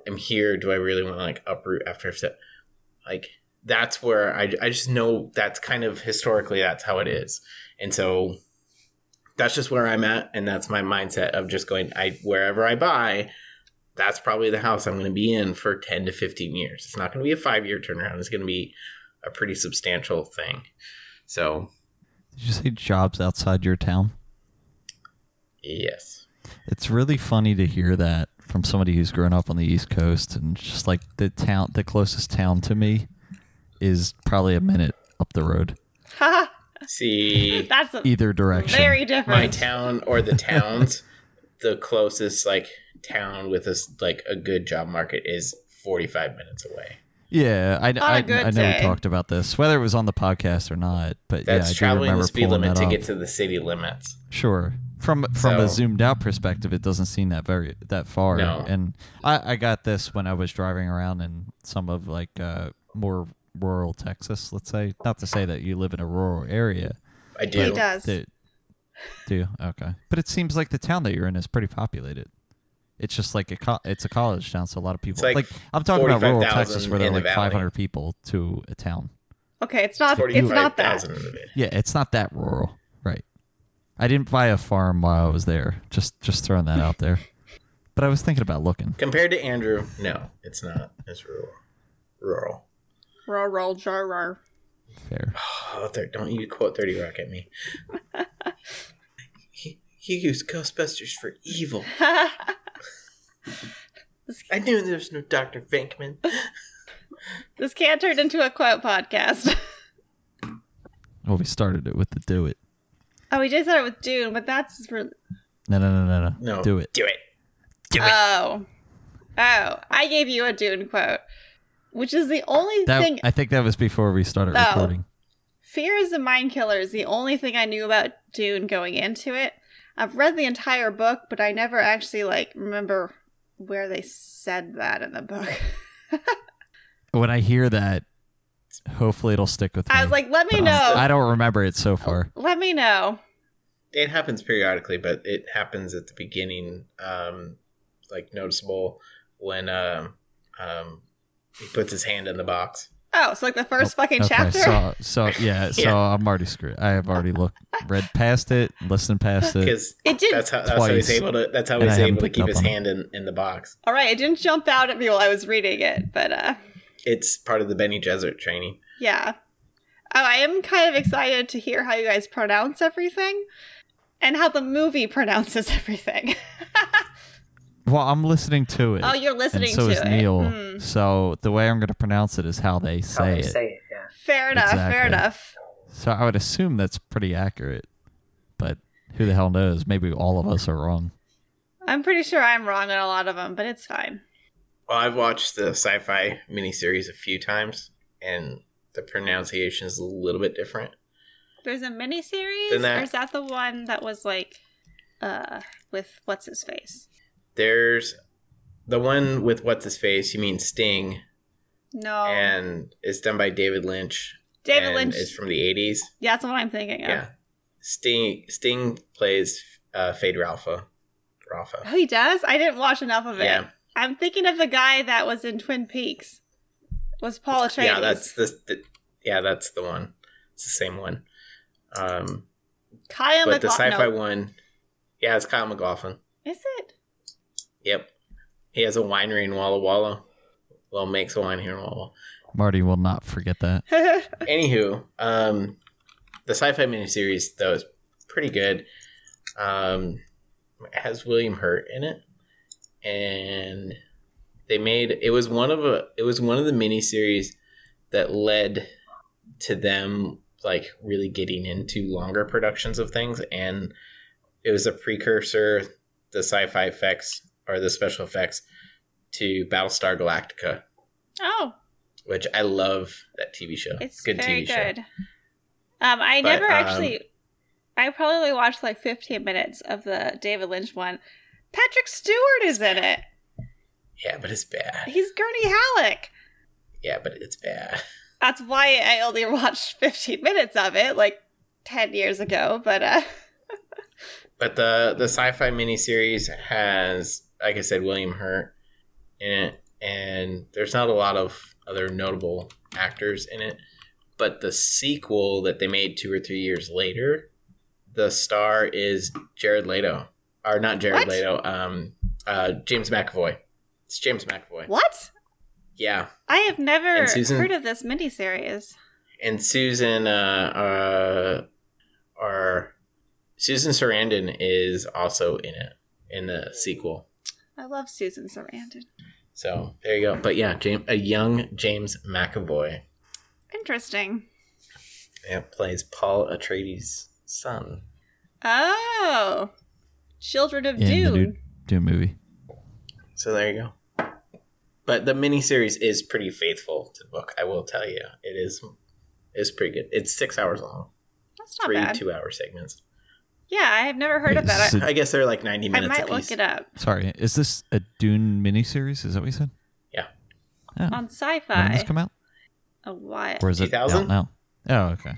S2: I'm here. Do I really want to like uproot after step? Like that's where I, I just know that's kind of historically that's how it is, and so that's just where I'm at, and that's my mindset of just going. I wherever I buy, that's probably the house I'm going to be in for ten to fifteen years. It's not going to be a five year turnaround. It's going to be a pretty substantial thing. So
S1: Did you say jobs outside your town?
S2: yes,
S1: It's really funny to hear that from somebody who's grown up on the East Coast and just like the town the closest town to me is probably a minute up the road.
S2: see.
S3: That's a
S1: Either direction.
S3: very
S2: my
S3: different.
S2: town or the towns the closest like town with a s- like a good job market is 45 minutes away
S1: yeah, I,
S3: a
S1: I,
S3: good
S1: I know
S3: day.
S1: we talked about this, whether it was on the podcast or not, but
S2: that's
S1: yeah, I do
S2: traveling
S1: remember
S2: the speed
S1: pulling
S2: limit
S1: that
S2: to
S1: up.
S2: get to the city limits
S1: Sure. From from a
S2: So-
S1: zoomed out perspective, it doesn't seem that very that far.
S2: No.
S1: And I, I got this when I was driving around in some of like uh, more rural Texas. Let's say not to say that you live in a rural area.
S2: i do
S3: he does.
S1: That, do you? okay? But it seems like the town that you're in is pretty populated. It's just like a co- it's a college town, so a lot of people.
S2: like
S1: I'm talking about rural
S2: 45,000
S1: Texas, where there are
S2: in the
S1: like
S2: valley.
S1: 500 people to a town.
S3: Okay, it's not. It's not that.
S2: 45000 of it.
S1: Yeah, it's not that rural, right? I didn't buy a farm while I was there. Just just throwing that out there. But I was thinking about looking.
S2: compared to andrew no it's not it's rural rural
S3: Roll, roll, jar, rar.
S1: Fair.
S2: oh there don't you quote 30 rock at me he, he used ghostbusters for evil i knew there was no dr venkman
S3: This can't turn into a quote podcast.
S1: Well, we started it with the do it.
S3: oh, we did start with Dune, but that's re-
S1: No, no, no, no, no.
S2: no
S1: Do it.
S2: do it
S3: oh, oh. I gave you a Dune quote, which is the only
S1: That
S3: thing.
S1: I think that was before we started
S3: Oh.
S1: recording.
S3: Fear is the Mind Killer is the only thing I knew about Dune going into it. I've read the entire book, but I never actually like remember where they said that in the book.
S1: When I hear that, hopefully it'll stick with me.
S3: I was like, let me
S1: but
S3: know.
S1: Um, I don't remember it so far.
S3: Let me know.
S2: it happens periodically, but it happens at the beginning, um, like noticeable when um, um, he puts his hand in the box.
S3: Oh, so like the first fucking
S1: Okay,
S3: chapter.
S1: so so yeah, so
S2: Yeah.
S1: I'm already screwed. I have already looked, read past it, listened past it.
S2: Because
S3: It did.
S2: that's how that's how
S1: Uh,
S2: he's
S1: Twice.
S2: able to that's how
S1: And I
S2: he's
S1: haven't
S2: able to
S1: picked
S2: keep
S1: up
S2: his
S1: on it.
S2: hand in, in the box.
S3: All right, it didn't jump out at me while I was reading it, but uh,
S2: It's part of the Benny Gesserit training.
S3: yeah. Oh, I am kind of excited to hear how you guys pronounce everything, and how the movie pronounces everything.
S1: Well, I'm listening to it.
S3: oh, you're listening
S1: and so
S3: to
S1: is
S3: it.
S1: Neil.
S3: Hmm.
S1: So the way I'm going to pronounce it is how they say
S5: How they
S1: it.
S5: say it, yeah.
S3: Fair enough. Fair
S1: Exactly.
S3: enough.
S1: So I would assume that's pretty accurate, but who the hell knows? Maybe all of us are wrong.
S3: I'm pretty sure I'm wrong on a lot of them, but it's fine.
S2: Well, I've watched the sci-fi miniseries a few times, and the pronunciation is a little bit different.
S3: There's a mini series,
S2: Then that-
S3: or is that the one that was like, uh, with what's his face?
S2: There's the one with what's his face. You mean Sting,
S3: No,
S2: and it's done by David Lynch.
S3: Oh. David
S2: and
S3: Lynch.
S2: It's from the '80s.
S3: Yeah, that's what I'm thinking of.
S2: Yeah. Sting Sting plays uh Fade Ralpha.
S3: Oh,
S2: Ralpha.
S3: he does. I didn't watch enough of it.
S2: Yeah.
S3: I'm thinking of the guy that was in Twin Peaks. Was Paul Atreides?
S2: Yeah, that's the, the yeah, that's the one. It's the same one. Um
S3: Kyle
S2: but the
S3: MacLachlan-
S2: sci-fi
S3: no.
S2: one yeah, it's Kyle McLaughlin.
S3: Is it?
S2: Yep. He has a winery in Walla Walla. Well makes a wine here in Walla Walla.
S1: Marty will not forget that.
S2: Anywho, um the sci-fi miniseries though is pretty good. Um, it has William Hurt in it, and they made it was one of a it was one of the miniseries that led to them like really getting into longer productions of things, and it was a precursor, the sci-fi effects or the special effects to Battlestar Galactica,
S3: Oh,
S2: which I love that TV show.
S3: it's very good. Um, I
S2: But,
S3: never
S2: um,
S3: actually. I probably watched like 15 minutes of the David Lynch one. Patrick Stewart is in it.
S2: Yeah, but it's bad.
S3: He's Gurney Halleck.
S2: Yeah, but it's bad.
S3: That's why I only watched 15 minutes of it, like 10 years ago. But uh,
S2: But the the sci-fi miniseries has, like I said, William Hurt in it, and there's not a lot of other notable actors in it. But the sequel that they made two or three years later, the star is Jared Leto, or not Jared
S3: What?
S2: Leto, um, uh, James McAvoy. It's James McAvoy.
S3: what?
S2: Yeah,
S3: I have never
S2: And Susan-
S3: heard of this miniseries.
S2: and Susan, uh, uh, or Susan Sarandon is also in it in the sequel.
S3: I love Susan Sarandon.
S2: So there you go. But yeah, James, a young James McAvoy
S3: Interesting.
S2: yeah, plays Paul Atreides' son.
S3: Oh, Children of
S1: in the
S3: Dune.
S1: Dune, Dune movie.
S2: So there you go. But the miniseries is pretty faithful to the book. I will tell you, it is is pretty good. It's six hours long,
S3: That's not
S2: three
S3: bad.
S2: two hour segments.
S3: Yeah, I have never heard of
S1: Wait,
S3: that.
S1: so-
S2: I guess they're like ninety
S3: I, I
S2: minutes.
S3: might
S2: apiece.
S3: look it up
S1: Sorry, is this a Dune miniseries? Is that what you said?
S2: Yeah.
S1: Oh.
S3: on
S1: When did this
S3: Sci-Fi.
S1: come out?
S3: A while.
S1: Or is it out
S2: 2000?
S1: now? Oh, okay.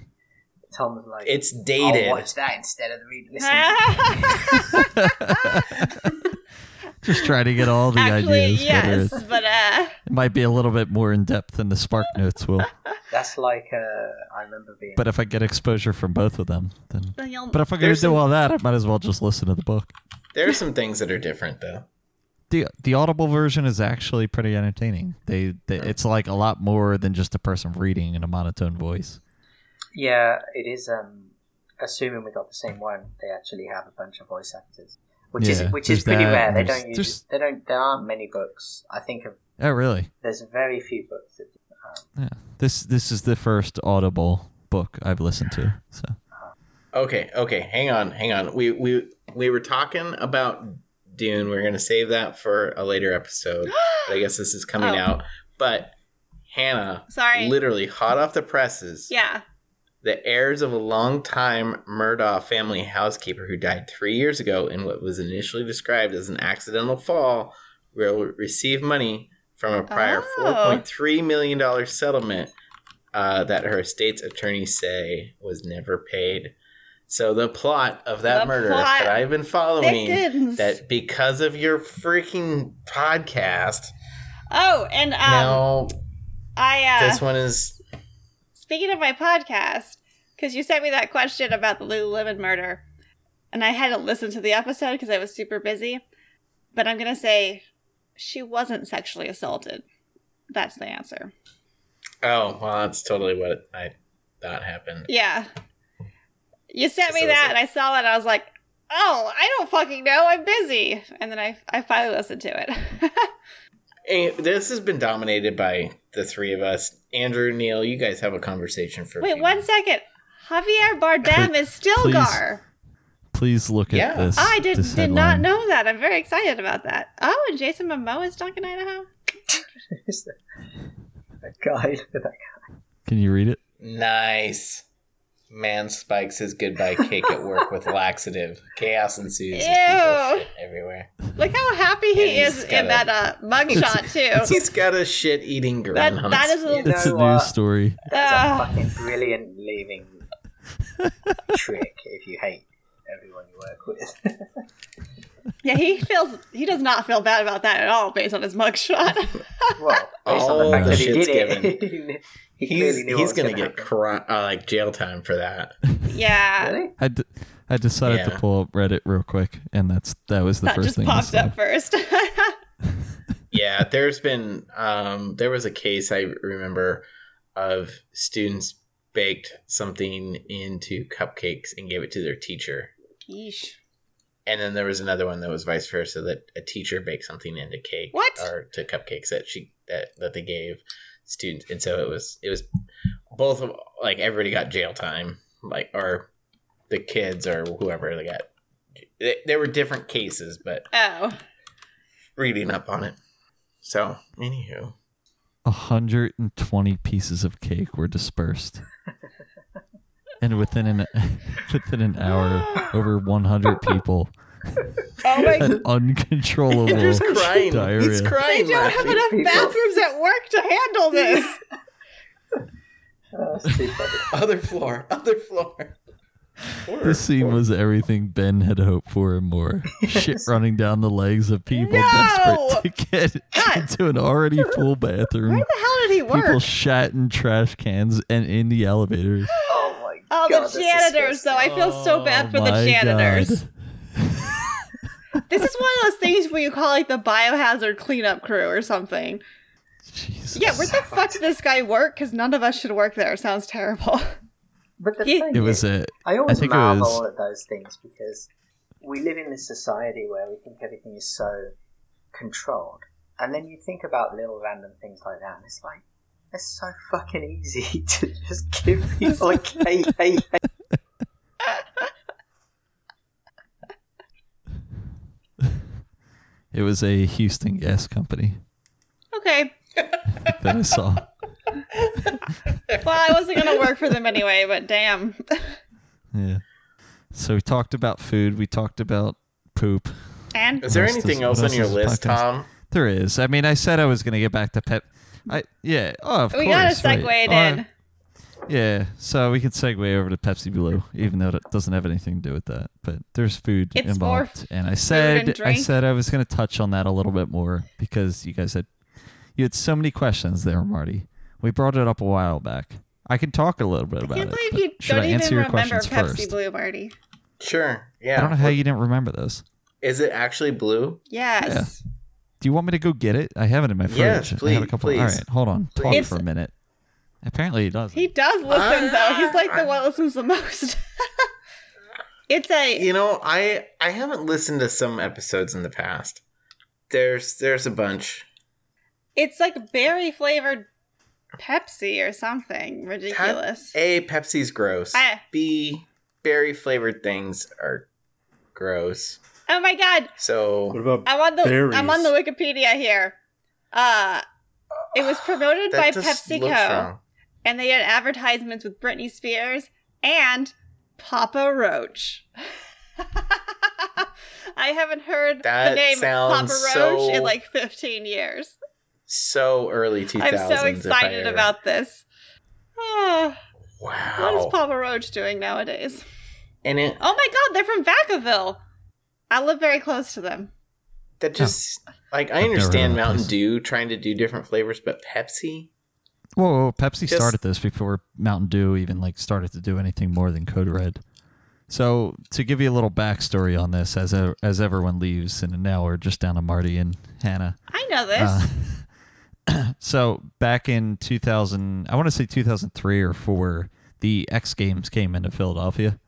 S5: Tom was like,
S2: It's
S5: I'll
S2: dated.
S5: watch that instead of the read. Listen,
S1: Just try to get all the
S3: Actually,
S1: ideas. whether
S3: yes,
S1: it's-
S3: but uh,
S1: it might be a little bit more in depth than the Spark Notes will,
S5: that's like uh, I remember being.
S1: but if I get exposure from both of them, then.
S3: then you'll.
S1: But if I'm gonna
S2: There's
S1: do
S2: some-
S1: all that, I might as well just listen to the book.
S2: There are some things that are different though.
S1: the The audible version is actually pretty entertaining. They, they it's like a lot more than just a person reading in a monotone voice.
S5: yeah, it is. Um, assuming we got the same one, they actually have a bunch of voice actors, which
S1: Yeah,
S5: is which is
S1: there's
S5: pretty
S1: that,
S5: rare.
S1: and
S5: They
S1: there's-
S5: don't use.
S1: there's-
S5: They don't. There aren't many books. I think of,
S1: Oh, really?
S5: there's very few books that do.
S1: Yeah. This this is the first audible book I've listened to. So
S2: Okay, okay, hang on, hang on. We we we were talking about Dune. We are gonna save that for a later episode. but I guess this is coming
S3: Oh.
S2: out. But Hannah,
S3: Sorry.
S2: literally hot off the presses,
S3: yeah.
S2: the heirs of a longtime Murdaugh family housekeeper who died three years ago in what was initially described as an accidental fall will receive money from a prior
S3: Oh.
S2: $4.3 million settlement uh, that her estate's attorneys say was never paid. So the plot of that
S3: The
S2: murder
S3: plot
S2: that I've been following
S3: Dickens.
S2: that because of your freaking podcast
S3: oh, and um,
S2: now
S3: I uh,
S2: this one is
S3: Speaking of my podcast, because you sent me that question about the Lululemon murder, and I hadn't listened to the episode because I was super busy, but I'm going to say she wasn't sexually assaulted. That's the answer.
S2: oh well that's totally what I thought happened.
S3: Yeah. You sent me
S2: So is
S3: that,
S2: it-
S3: and I saw that, and I was like, oh, I don't fucking know. I'm busy. And then I, I finally listened to it.
S2: Hey, this has been dominated by the three of us. Andrew, Neil, you guys have a conversation for. a
S3: Wait
S2: few
S3: one
S2: minutes.
S3: second. Javier Bardem is still
S1: please.
S3: Gar.
S1: please look
S2: Yeah.
S1: at this.
S3: I did
S1: this
S3: did not
S1: headline.
S3: know that. I'm very excited about that. Oh, and Jason Momoa is Duncan Idaho.
S5: Is there a guy look at that
S1: Can you read it?
S2: Nice. Man spikes his goodbye cake at work with laxative. Chaos ensues. as
S3: Ew.
S2: people shit everywhere.
S3: Look how happy
S2: And
S3: he
S2: he's
S3: is
S2: got
S3: in
S2: a-
S3: that uh, mugshot too.
S2: He's got a shit-eating grin
S3: That-
S2: on
S3: that
S2: his
S3: is a- uh,
S2: face.
S5: You
S1: It's a
S5: know
S1: news
S5: what?
S1: story.
S5: That's a
S3: Ugh.
S5: fucking brilliant leaving trick if you hate everyone you work with.
S3: yeah, he feels he does not feel bad about that at all based on his mugshot.
S5: well, based on
S2: All
S5: the fact
S2: the
S5: that he
S2: shit's
S5: did it, he
S2: He's,
S5: clearly knew
S2: he's
S5: what
S2: gonna,
S5: was
S2: get
S5: happen.
S2: cri- uh, like jail time for that.
S3: yeah.
S5: Really?
S1: I, d- I decided
S2: Yeah.
S1: to pull up Reddit real quick, and that's that was the
S3: That
S1: first
S3: just
S1: thing. I
S3: popped
S1: saw.
S3: up first.
S2: Yeah, there's been um there was a case I remember of students baked something into cupcakes and gave it to their teacher.
S3: Yeesh.
S2: And then there was another one that was vice versa that a teacher baked something into cake
S3: What?
S2: or to cupcakes that she that, that they gave students, and so it was it was both of like everybody got jail time, like or the kids or whoever they got. There- There were different cases, but
S3: Oh,
S2: reading up on it. So anywho,
S1: 120 pieces of cake were dispersed. and within an within an hour, over 100 people
S3: oh my
S1: had uncontrollable
S2: Andrew's crying. He's
S1: Oh, diarrhea.
S2: crying.
S3: They don't have
S2: laughing.
S3: enough
S5: People.
S3: bathrooms at work to handle this.
S5: Oh, that's too funny.
S2: Other floor. Other floor. Or-
S1: This scene was everything Ben had hoped for and more. Shit running down the legs of people desperate to get into an already full bathroom.
S3: Where the hell did he work?
S1: People shat in trash cans and in the elevators.
S5: Oh my
S3: oh,
S5: god. that's
S3: the janitors,
S5: disgusting.
S3: though. I feel so bad for the
S1: Oh My
S3: janitors.
S1: God.
S3: This is one of those things where you call like the biohazard cleanup crew or something.
S1: Jesus.
S3: Yeah, where the fuck did this guy work? Because none of us should work there. It sounds terrible.
S5: But the
S3: Yeah.
S5: thing
S1: it was
S5: is,
S1: a
S5: I always
S1: I think it
S5: marvel
S1: was-
S5: at those things because we live in this society where we think everything is so controlled, and then you think about little random things like that, and it's like it's so fucking easy to just give people a cake. Hey, hey, hey.
S1: it was a Houston gas company
S3: Okay.
S1: that I saw.
S3: Well, I wasn't gonna work for them anyway, but damn.
S1: Yeah. So we talked about food. We talked about poop.
S3: And
S2: Is there
S1: What else
S2: anything
S1: does-
S2: else
S1: what
S2: on
S1: else
S2: your
S1: does
S2: list,
S1: podcast-
S2: Tom?
S1: There is. I mean, I said I was going to get back to pet. I yeah. Oh, of
S3: we
S1: course.
S3: gotta segue
S1: right.
S3: it
S1: Uh,
S3: in.
S1: yeah. So we can segue over to Pepsi Blue, even though it doesn't have anything to do with that. But there's food
S3: It's more
S1: involved, and I
S3: and
S1: said I
S3: drink.
S1: said I was going to touch on that a little bit more because you guys had you had so many questions there, Marty. We brought it up a while back. I can talk a little bit
S3: I
S1: about
S3: can't
S1: it.
S3: believe
S1: but
S3: you
S1: should
S3: don't
S1: I
S3: even
S1: answer your
S3: remember
S1: questions
S3: Pepsi
S1: first?
S3: Blue Marty.
S2: Sure.
S1: I don't know
S2: Yeah.
S1: how you didn't remember those.
S2: Is it actually blue?
S3: Yes.
S1: Do you want me to go get it? I have it in my fridge.
S2: Yes,
S1: I have a
S2: please,
S1: couple.
S2: please.
S1: All right, hold on. Talk
S2: Please.
S1: for a minute. Apparently, he doesn't.
S3: He does listen though. He's like the
S2: Ah.
S3: one that listens the most. it's a
S2: You know, I I haven't listened to some episodes in the past. There's there's a bunch.
S3: It's like berry flavored Pepsi or something ridiculous.
S2: A Pepsi's gross.
S3: Ah.
S2: B berry flavored things are gross.
S3: oh my god!
S4: What
S2: So
S4: about
S3: I'm on the
S4: Berries.
S3: I'm on the Wikipedia here. Uh it was promoted by
S2: that just looks
S3: PepsiCo,
S2: wrong.
S3: and they had advertisements with Britney Spears and Papa Roach. I haven't heard the
S2: That
S3: name Papa Roach
S2: sounds so-
S3: in like 15 years.
S2: So early 2000s.
S3: I'm
S2: if
S3: so
S2: I
S3: excited
S2: ever-
S3: about this. Ah, what is
S2: Wow.
S3: Papa Roach doing nowadays?
S2: and it
S3: Oh my god, they're from Vacaville. I live very close to them.
S2: that just like I
S1: I've never heard
S2: understand
S1: of that
S2: Mountain
S1: place.
S2: Dew trying to do different flavors, but Pepsi.
S1: whoa, whoa, Pepsi
S2: Just-
S1: started this before Mountain Dew even like started to do anything more than Code Red. So to give you a little backstory on this, as e- as everyone leaves, and now we're just down to Marty and Hannah.
S3: I know this.
S1: Uh, so back in 2000, I want to say 2003 or four, the X Games came into Philadelphia,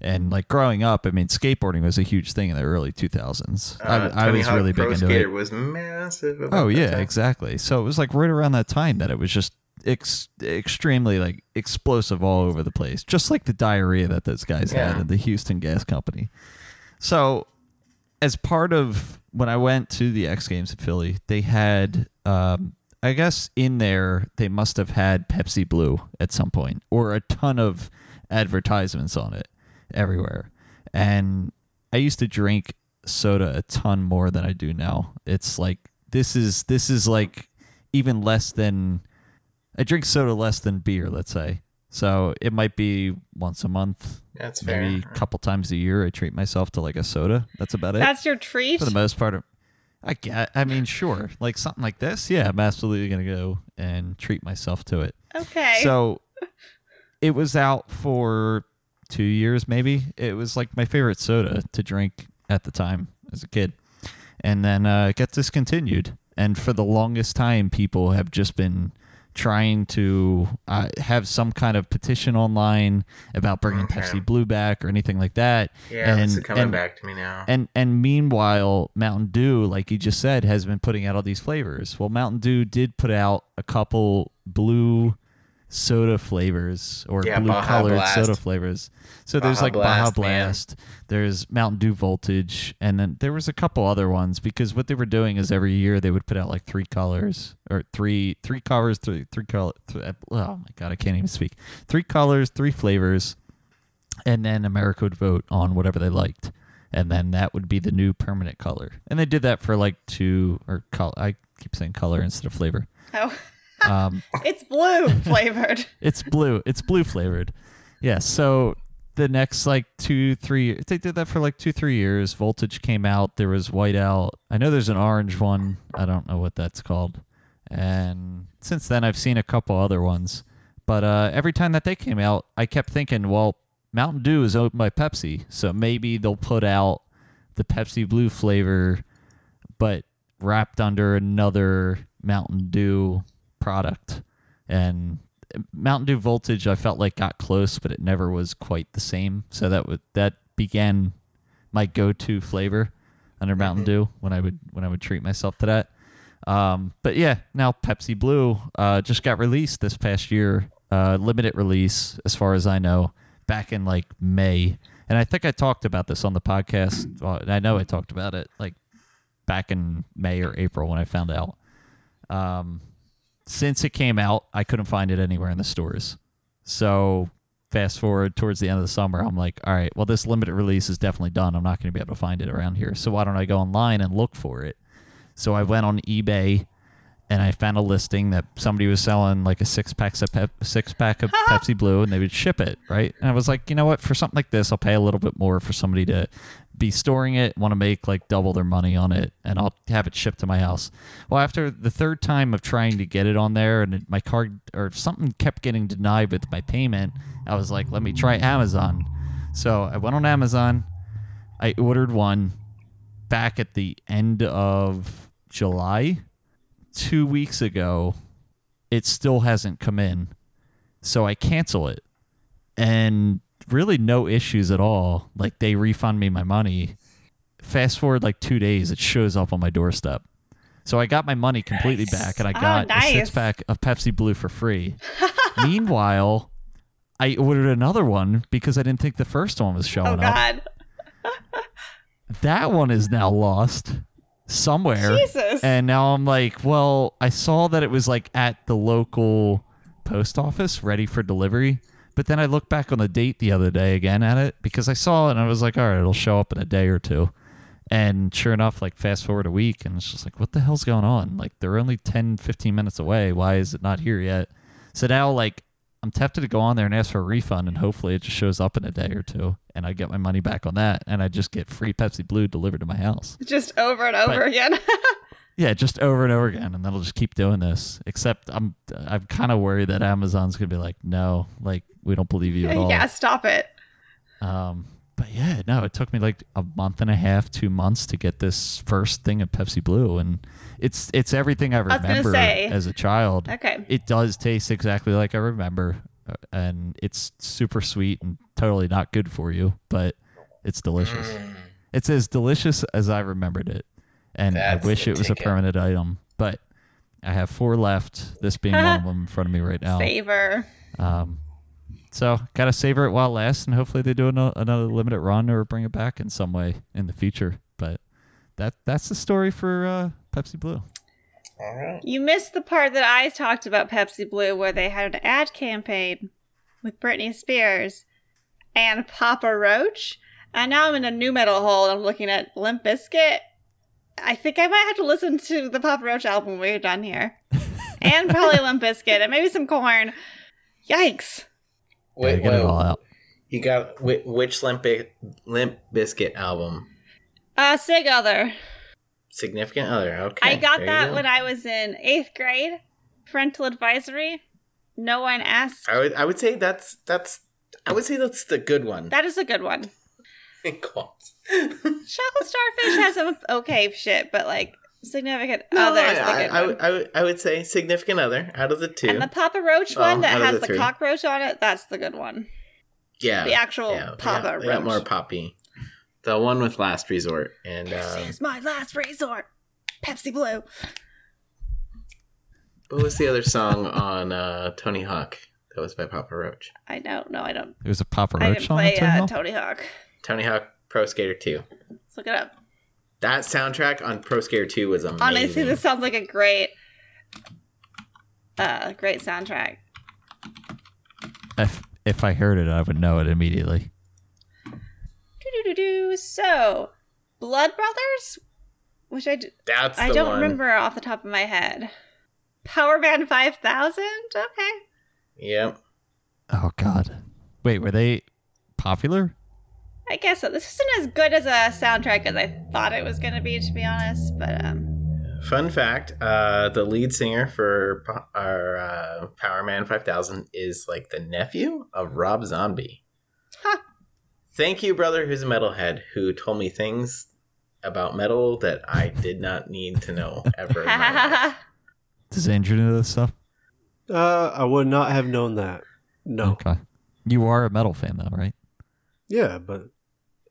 S1: and like growing up, I mean, skateboarding was a huge thing in the early 2000s.
S2: Uh,
S1: I, I
S2: Tony
S1: was
S2: Hawk
S1: really
S2: Pro
S1: big into
S2: Skater
S1: it.
S2: was massive. about
S1: Oh
S2: that
S1: yeah,
S2: time.
S1: exactly. So it was like right around that time that it was just ex- extremely like explosive all over the place, just like the diarrhea that those guys had
S2: Yeah.
S1: at the Houston Gas Company. So as part of when I went to the X Games in Philly, they had, um, I guess, in there they must have had Pepsi Blue at some point, or a ton of advertisements on it everywhere. And I used to drink soda a ton more than I do now. It's like this is this is like even less than I drink soda less than beer, let's say. So it might be once a month,
S2: That's fair.
S1: maybe a couple times a year. I treat myself to like a soda. That's about it
S3: That's your treat.
S1: for the most part. I get. I mean, sure, like something like this. Yeah, I'm absolutely gonna go and treat myself to it.
S3: Okay.
S1: So it was out for two years, maybe. It was like my favorite soda to drink at the time as a kid. And then uh, it got discontinued. And for the longest time, people have just been trying to uh, have some kind of petition online about bringing
S2: Okay.
S1: Pepsi Blue back or anything like that.
S2: Mm-hmm. Yeah, it's
S1: And-
S2: coming
S1: and-
S2: back to me now.
S1: And and meanwhile, Mountain Dew, like you just said, has been putting out all these flavors. Well, Mountain Dew did put out a couple blue soda flavors or
S2: Yeah,
S1: blue
S2: Baja
S1: colored
S2: Blast.
S1: soda flavors. So there's
S2: Baja
S1: like
S2: Blast,
S1: Baja
S2: man.
S1: Blast, there's Mountain Dew Voltage, and then there was a couple other ones because what they were doing is every year they would put out like three colors or three three colors, three three color. Three, oh my god, I can't even speak. Three colors, three flavors, and then America would vote on whatever they liked, and then that would be the new permanent color. And they did that for like two or color. I keep saying color instead of flavor.
S3: Oh,
S1: Um,
S3: it's blue flavored.
S1: it's blue. It's blue flavored. Yeah. So the next like two, three, they did that for like two, three years. Voltage came out. There was white out. I know there's an orange one. I don't know what that's called. And since then, I've seen a couple other ones. But uh, every time that they came out, I kept thinking, well, Mountain Dew is owned by Pepsi, so maybe they'll put out the Pepsi Blue flavor, but wrapped under another Mountain Dew product. And Mountain Dew Voltage, I felt like got close, but it never was quite the same. So that would that began my go-to flavor under Mountain Dew when I would when I would treat myself to that. Um, but yeah, now Pepsi Blue uh, just got released this past year, uh, limited release, as far as I know, back in like May. And I think I talked about this on the podcast. Well, and I know I talked about it like back in May or April when I found out. Um, since it came out, I couldn't find it anywhere in the stores. So fast forward towards the end of the summer, I'm like, all right, well, this limited release is definitely done. I'm not going to be able to find it around here. So why don't I go online and look for it? So I went on eBay and I found a listing that somebody was selling like a six pack of pep- six pack of Pepsi Blue and they would ship it, right? And I was like, you know what, for something like this, I'll pay a little bit more for somebody to be storing it, want to make like double their money on it, and I'll have it shipped to my house. Well, after the third time of trying to get it on there and it- my card or something kept getting denied with my payment, I was like, let me try Amazon. So I went on Amazon, I ordered one back at the end of July two weeks ago, it still hasn't come in. So I cancel it. And really no issues at all. Like they refund me my money. Fast forward like two days, it shows up on my doorstep. So I got my money completely back and I
S3: Oh,
S1: got
S3: nice.
S1: a six pack of Pepsi Blue for free. Meanwhile, I ordered another one because I didn't think the first one was showing
S3: Oh
S1: up.
S3: God,
S1: That one is now lost somewhere.
S3: Jesus!
S1: And now I'm like, well, I saw that it was like at the local post office ready for delivery. But then I looked back on the date the other day again at it because I saw it and I was like, all right, it'll show up in a day or two. And sure enough, like fast forward a week and it's just like, what the hell's going on? Like they're only 10, 15 minutes away. Why is it not here yet? So now like I'm tempted to go on there and ask for a refund and hopefully it just shows up in a day or two and I get my money back on that and I just get free Pepsi Blue delivered to my house.
S3: Just over and over
S1: But-
S3: again.
S1: Yeah, just over and over again, and then I'll just keep doing this. Except I'm I'm kind of worried that Amazon's gonna be like, no, like we don't believe you at all.
S3: yeah, stop it.
S1: Um, but yeah, no, it took me like a month and a half, two months to get this first thing of Pepsi Blue, and it's it's everything I
S3: was gonna
S1: remember
S3: say.
S1: as a child.
S3: Okay.
S1: It does taste exactly like I remember, uh, and it's super sweet and totally not good for you, but it's delicious.
S2: Mm.
S1: It's as delicious as I remembered it, and I
S2: That's
S1: wish
S2: the
S1: it was
S2: ticket.
S1: a permanent item. But I have four left. This being one of them in front of me right now.
S3: Savor.
S1: Um, so gotta savor it while it lasts, and hopefully they do ano- another limited run or bring it back in some way in the future. But that that's the story for uh, Pepsi Blue.
S2: All right.
S3: You missed the part that I talked about Pepsi Blue where they had an ad campaign with Britney Spears and Papa Roach. And now I'm in a new metal hole. I'm looking at Limp Bizkit. I think I might have to listen to the Papa Roach album when we're done here. and probably Limp Bizkit and maybe some corn. Yikes.
S1: Gotta
S2: Wait,
S1: get it all
S2: wait,
S1: out.
S2: you got whi- which Limp, Bi- Limp Biscuit album?
S3: Uh, Sig Other.
S2: Significant Other. Okay.
S3: I got
S2: there you
S3: that
S2: go.
S3: when I was in eighth grade. Parental advisory. No one asked.
S2: I would I would say that's that's I would say that's the good one.
S3: That is a good one.
S2: Quotes.
S3: Chocolate starfish has some okay shit, but like significant
S2: No,
S3: other is the
S2: I,
S3: good
S2: I, I,
S3: one.
S2: would- I would- I would say significant other out of the two.
S3: and the Papa Roach
S2: Oh,
S3: one that
S2: out of
S3: has
S2: the
S3: the
S2: three.
S3: cockroach on it, that's the good one.
S2: yeah,
S3: The actual
S2: yeah, they
S3: Papa
S2: got, they
S3: Roach.
S2: got more poppy. The one with last resort and
S3: This
S2: um,
S3: is my last resort. Pepsi Blue.
S2: what was the other song on uh, Tony Hawk that was by Papa Roach?
S3: I don't know. I don't.
S1: There's a Papa
S3: I
S1: Roach
S3: didn't
S1: song.
S3: play
S1: that's in
S3: uh,
S1: Hell?
S3: Tony Hawk.
S2: Tony Hawk Pro Skater Two.
S3: Let's look it up.
S2: That soundtrack on Pro Skater Two was amazing.
S3: Honestly, Oh, this sounds like a great, uh, great soundtrack.
S1: if if I heard it, I would know it immediately.
S3: Do do do do. So, Blood Brothers, which I d-
S2: That's
S3: I
S2: the
S3: don't
S2: one.
S3: remember off the top of my head. Power Man Five Thousand. Okay.
S2: Yep.
S1: Oh God! Wait, were they popular?
S3: I guess so. This isn't as good as a soundtrack as I thought it was going to be, to be honest. But um,
S2: Fun fact: uh, the lead singer for Po- our uh, Power Man Five Thousand is like the nephew of Rob Zombie.
S3: Huh.
S2: Thank you, brother, who's a metalhead, who told me things about metal that I did not need to know ever. in my life.
S1: Does Andrew know this stuff?
S4: Uh, I would not have known that. No.
S1: Okay. You are a metal fan, though, right?
S4: Yeah, but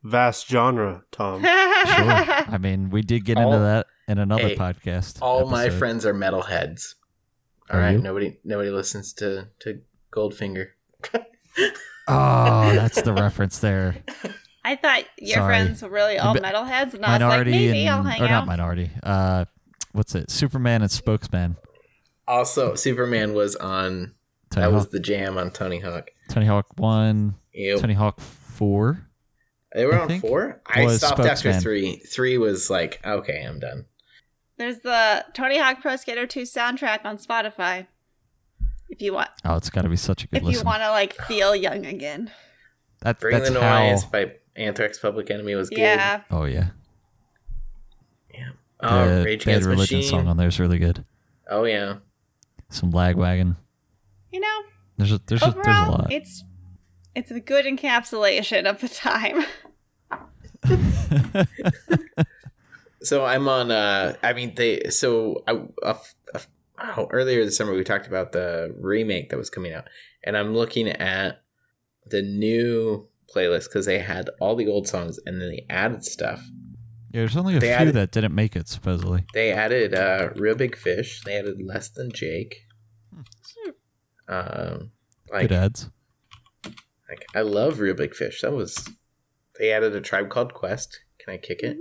S4: vast genre, Tom.
S1: Um, Sure. I mean, we did get
S2: All-
S1: into that in another
S2: Hey,
S1: podcast.
S2: All my
S1: episode.
S2: friends are metalheads. All
S1: Are
S2: right,
S1: you?
S2: nobody nobody listens to to Goldfinger.
S1: Oh, that's the reference there.
S3: I thought your
S1: Sorry.
S3: friends were really all
S1: Mi-
S3: metalheads, and I was like,
S1: minority
S3: maybe
S1: and
S3: I'll hang
S1: or
S3: out.
S1: not minority. Uh, what's it? Superman and Spokesman.
S2: Also, Superman was on.
S1: Tony
S2: that
S1: Hawk.
S2: was the jam on Tony Hawk.
S1: Tony Hawk one.
S2: Ew.
S1: Tony Hawk four.
S2: They were
S1: I
S2: on
S1: think,
S2: four. I
S1: was
S2: stopped after
S1: Spokesman.
S2: three. Three was like, okay, I'm done.
S3: There's the Tony Hawk Pro Skater 2 soundtrack on Spotify. If you want,
S1: Oh, it's got to be such a good
S3: if
S1: listen.
S3: you want to like feel young again,
S1: that,
S2: Bring
S1: that's
S2: the
S1: how.
S2: Noise by Anthrax Public Enemy was good.
S3: yeah,
S1: Oh yeah,
S2: Um,
S1: the
S2: Rage
S1: Bad
S2: Against the
S1: Religion
S2: Machine.
S1: song on there is really good.
S2: Oh yeah.
S1: Some Lagwagon.
S3: you know,
S1: There's a there's a, there's a
S3: overall,
S1: lot.
S3: it's it's a good encapsulation of the time.
S2: So I'm on. Uh, I mean, they. So I, uh, oh, earlier this summer we talked about the remake that was coming out, and I'm looking at the new playlist because they had all the old songs and then they added stuff.
S1: Yeah, there's only a
S2: They
S1: few
S2: added-
S1: that didn't make it supposedly.
S2: They added uh, Real Big Fish. They added Less Than Jake. Um, like,
S1: good ads.
S2: like I love Real Big Fish. That was. They added a tribe called Quest. Can I kick it?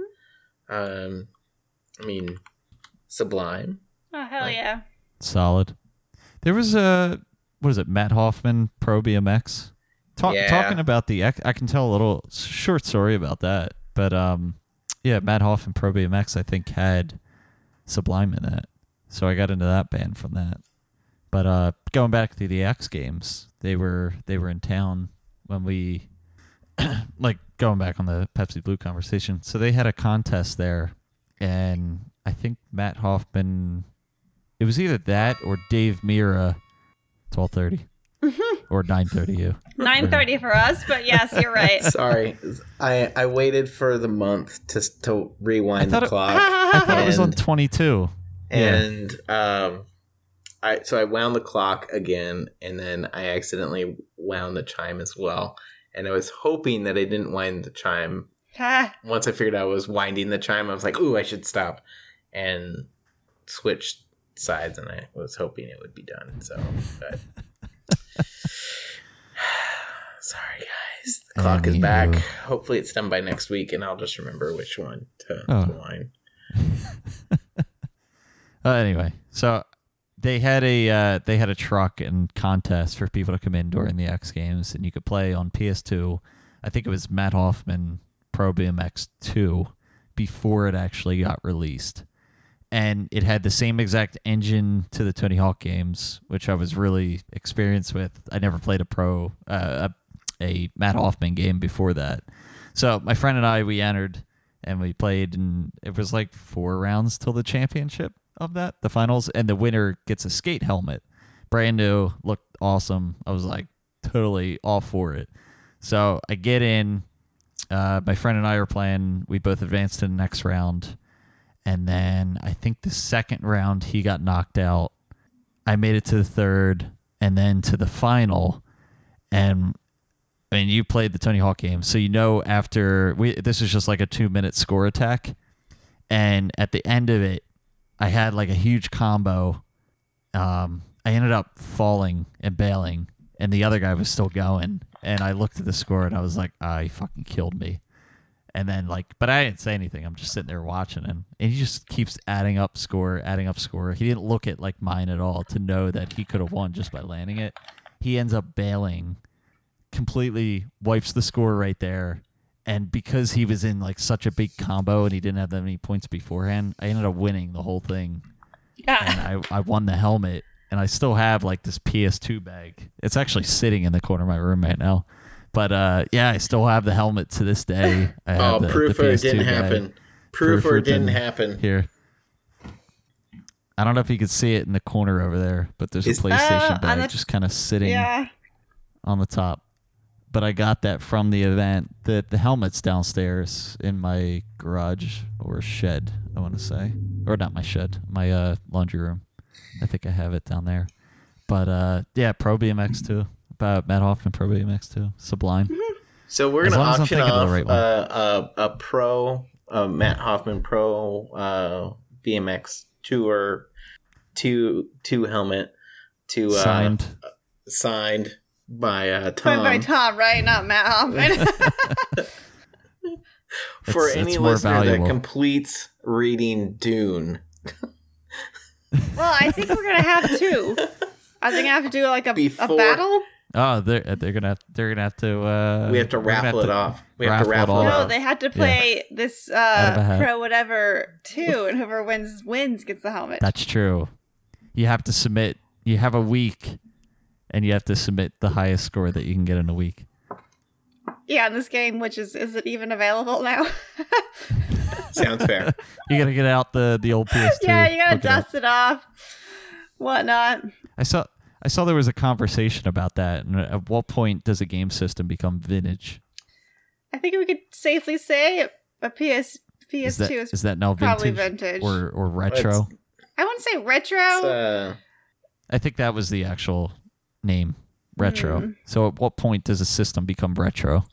S2: Um, I mean, Sublime.
S3: Oh hell
S2: Like-
S3: yeah!
S1: Solid. There was a what is it? Matt Hoffman Pro BMX. Talk,
S2: Yeah.
S1: Talking about the ex- I can tell a little short story about that, but um, yeah, Matt Hoffman Pro BMX I think had Sublime in it, so I got into that band from that. But uh, going back to the X Games, they were they were in town when we like going back on the Pepsi Blue conversation. So they had a contest there, and I think Matt Hoffman. It was either that or Dave Mira, twelve thirty, or nine thirty. You
S3: Nine thirty for us, but yes, you're right.
S2: Sorry, I I waited for the month to to
S1: I
S2: rewind
S1: thought
S2: the
S1: it-
S2: clock,
S1: I thought it was on
S2: And-
S1: twenty two.
S2: and um, I so I wound the clock again, and then I accidentally wound the chime as well. And I was hoping that I didn't wind the chime.
S3: Ah,
S2: Once I figured out I was winding the chime, I was like, "Ooh, I should stop," and switched sides. And I was hoping it would be done. So, but sorry, guys, the clock is back.
S1: Anywho.
S2: Hopefully, it's done by next week, and I'll just remember which one to,
S1: Oh.
S2: to wind.
S1: Uh, anyway, so they had a uh, they had a truck and contest for people to come in during the X Games, and you could play on PS2. I think it was Matt Hoffman Pro BMX 2 before it actually got released, and it had the same exact engine to the Tony Hawk games, which I was really experienced with. I never played a pro uh, a, a Matt Hoffman game before that, so my friend and I we entered and we played and it was like four rounds till the championship of that the finals and the winner gets a skate helmet brand new looked awesome i was like totally all for it so i get in uh, my friend and i are playing we both advanced to the next round And then I think the second round, he got knocked out. I made it to the third and then to the final. And I mean, you played the Tony Hawk game. So you know, after we, this is just like a two minute score attack. And at the end of it, I had like a huge combo. Um, I ended up falling and bailing, and the other guy was still going. And I looked at the score and I was like, ah, he fucking killed me. And then like, but I didn't say anything. I'm just sitting there watching him, and he just keeps adding up score, adding up score. He didn't look at like mine at all to know that he could have won just by landing it. He ends up bailing, completely wipes the score right there. And because he was in like such a big combo and he didn't have that many points beforehand, I ended up winning the whole thing.
S6: Yeah.
S1: And I, I won the helmet, and I still have like this PS2 bag. It's actually sitting in the corner of my room right now. But uh, yeah, I still have the helmet to this day. I have
S2: Oh,
S1: the- the
S2: proof or it
S1: PS2
S2: didn't
S1: bag
S2: happen. Proof,
S1: Proof
S2: or
S1: or
S2: it didn't
S1: didn't-
S2: happen.
S1: here. I don't know if you can see it in the corner over there, but there's
S2: Is-
S1: a PlayStation
S3: Oh,
S1: bag
S3: on the-
S1: just kind of sitting
S3: Yeah.
S1: on the top. But I got that from the event. That the helmet's downstairs in my garage or shed, I want to say, or not my shed, my uh, laundry room. I think I have it down there. But uh, yeah, Pro BMX too. About Matt Hoffman Pro BMX too. Sublime.
S2: So we're
S1: As
S2: gonna
S1: long as I'm
S2: auction
S1: thinking of
S2: off
S1: the right one.
S2: uh, a, a pro uh, Matt Hoffman pro uh, BMX tour two two helmet to uh,
S1: Signed.
S2: signed by uh, Tom,
S3: Put by
S1: Um,
S3: Tom, right? Not Matt Hoffman.
S2: for
S1: It's-
S2: any
S1: it's more
S2: listener that
S1: valuable.
S2: completes reading Dune.
S3: well, I think we're gonna have two. I think I have to do like a,
S2: Before-
S3: a battle.
S1: Oh, they're they're gonna have, they're gonna have to. Uh,
S2: we have to
S1: we're gonna
S2: raffle it
S1: to-
S2: off. We have to
S1: raffle
S2: raffle
S1: it
S2: it
S1: off.
S3: No,
S2: off.
S3: they had to play this uh,
S1: of a hat.
S3: pro whatever two, and whoever wins wins gets the helmet.
S1: That's true. You have to submit. You have a week, and you have to submit the highest score that you can get in a week.
S3: yeah, in this game, which is is it even available now?
S2: Sounds fair.
S1: You gotta get out the the old PS2.
S3: yeah, you gotta
S1: look it up.
S3: dust it off, whatnot.
S1: I saw I saw there was a conversation about that. And at what point does a game system become vintage?
S3: I think we could safely say a PS PS2
S1: Is
S3: is,
S1: that is that now
S3: probably
S1: vintage,
S3: vintage.
S1: or or
S2: It's-
S1: retro?
S3: I wouldn't say retro.
S2: it's, uh,
S1: I think that was the actual name, retro.
S3: Hmm.
S1: So at what point does a system become retro?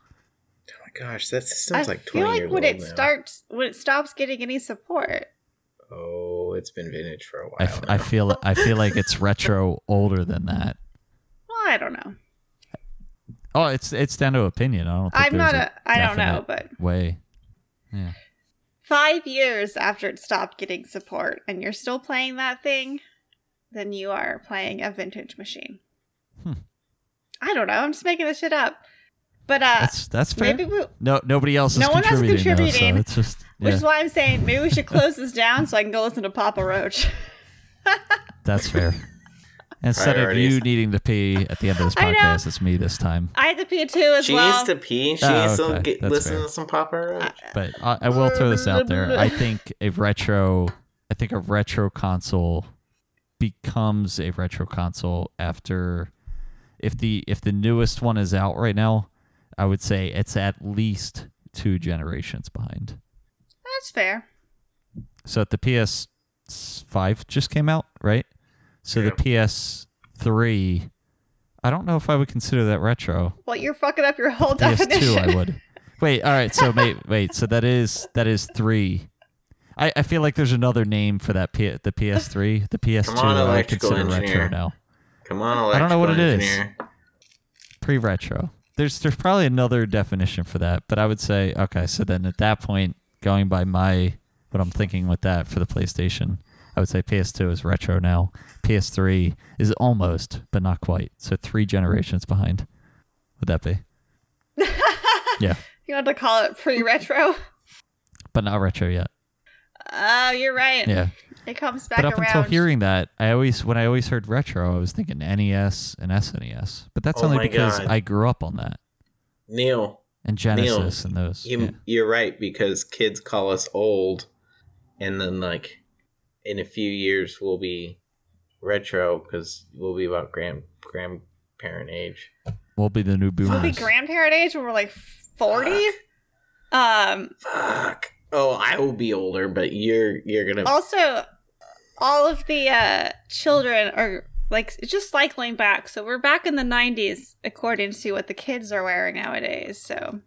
S2: oh my gosh, that
S3: I
S2: system's like
S3: feel
S2: twenty
S3: like
S2: years
S3: when
S2: old
S3: it
S2: now.
S3: starts, when it stops getting any support,
S2: Oh, it's been vintage for a while.
S1: I, f-
S2: now.
S1: I feel I feel like it's retro older than that.
S3: well, I don't know.
S1: Oh, it's it's down to opinion. I don't. Think
S3: I'm
S1: there's
S3: not a, I don't know,
S1: definite-
S3: but
S1: way.
S3: five years after it stopped getting support and you're still playing that thing, then you are playing a vintage machine.
S1: Hmm.
S3: I don't know. I'm just making this shit up. But uh,
S1: That's that's fair.
S3: maybe we,
S1: no, nobody else is
S3: No one else is
S1: contributing. though,
S3: contributing,
S1: so it's just
S3: which
S1: yeah,
S3: is why I'm saying maybe we should close this down so I can go listen to Papa Roach.
S1: that's fair. Instead of you
S2: Priorities.
S1: needing to pee at the end of this
S3: I know.
S1: podcast, it's me this time.
S3: I had to pee too as
S2: she
S3: well.
S2: needs to pee. She
S1: Oh,
S2: needs to
S1: okay.
S2: get,
S1: That's
S2: listen
S1: fair.
S2: to some Papa Roach.
S1: But I, I
S3: Oh,
S1: will throw this out there. I think a retro, I think a retro console becomes a retro console after if the if the newest one is out right now, I would say it's at least two generations behind.
S3: That's fair.
S1: So the PS5 just came out, right? So the PS3, I don't know if I would consider that retro.
S3: Well, you're fucking up your whole
S1: PS2,
S3: definition.
S1: I would. Wait, all right. So wait, wait. So that is that is three. I, I feel like there's another name for that. P- the PS3, the PS2,
S2: Come on,
S1: I would
S2: electrical
S1: consider retro
S2: engineer.
S1: now.
S2: Come on, electrical
S1: I don't know what it is.
S2: engineer.
S1: Pre-retro. There's there's probably another definition for that, but I would say okay. So then at that point, going by my what I'm thinking with that for the PlayStation, I would say PS2 is retro now. PS3 is almost, but not quite. So three generations behind. Would that be? yeah,
S3: you want to call it pre-retro?
S1: but not retro yet.
S3: Oh, you're right.
S1: Yeah.
S3: It comes back
S1: but up
S3: around.
S1: until hearing that, I always when I always heard retro, I was thinking NES and SNES. But that's
S2: Oh
S1: only
S2: my
S1: because
S2: God.
S1: I grew up on that
S2: Neil,
S1: and Genesis and those.
S2: you,
S1: yeah.
S2: you're right because kids call us old, and then like in a few years we'll be retro because we'll be about grand grandparent age.
S1: We'll be the new boomers.
S3: we'll be grandparent age when we're like 40 um
S2: Fuck. Oh, I will be older, but you're you're gonna.
S3: Also, all of the uh, children are like just cycling back, so we're back in the '90s according to what the kids are wearing nowadays. So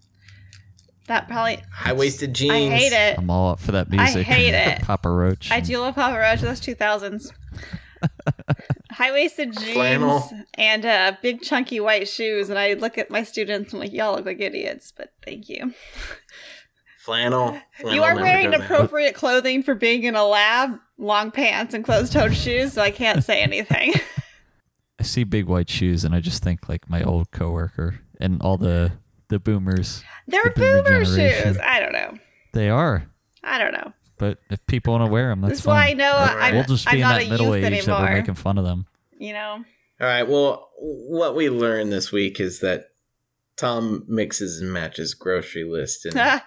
S3: that probably
S2: High waisted jeans.
S3: I hate it.
S1: I'm all up for that
S3: I
S1: music.
S3: hate it.
S1: Papa Roach.
S3: I do love Papa Roach. That's 2000s. High waisted jeans
S2: Flannel.
S3: and uh, big chunky white shoes, and I look at my students. and I'm like, y'all look like idiots, but thank you.
S2: Flannel. flannel
S3: you are
S2: never
S3: wearing
S2: does that.
S3: appropriate clothing for being in a lab, long pants and closed-toed shoes, so I can't say anything.
S1: I see big white shoes and I just think like my old coworker and all the the boomers.
S3: They're
S1: The boomer
S3: boomer
S1: generation.
S3: shoes. I don't know.
S1: They are,
S3: I don't know.
S1: but if people want to wear them, that's
S3: this is why I
S1: fine.
S3: know
S2: Alright.
S3: I'm,
S1: we'll just
S3: I'm
S1: be in
S3: not
S1: that
S3: a
S1: middle
S3: youth
S1: age that
S3: anymore.
S1: we're making fun of them.
S3: You know,
S2: All right. Well, what we learned this week is that Tom mixes and matches grocery list and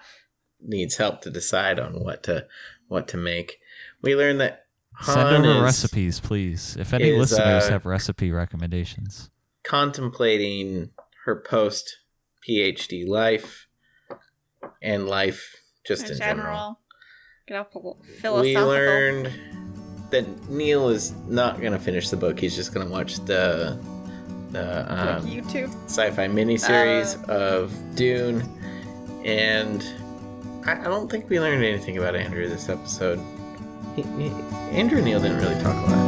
S2: needs help to decide on what to what to make. We learned that Han
S1: Send over
S2: is
S1: recipes, please. If any
S2: is,
S1: listeners
S2: uh,
S1: have recipe recommendations,
S2: contemplating her post PhD life and life just in,
S3: in
S2: general.
S3: general. Get off the
S2: We
S3: philosophical.
S2: learned that Neil is not going to finish the book. He's just going to watch the the
S3: Like
S2: um,
S3: YouTube.
S2: sci-fi miniseries of Dune, and I, I don't think we learned anything about Andrew this episode. He, he, Andrew Neil didn't really talk a lot.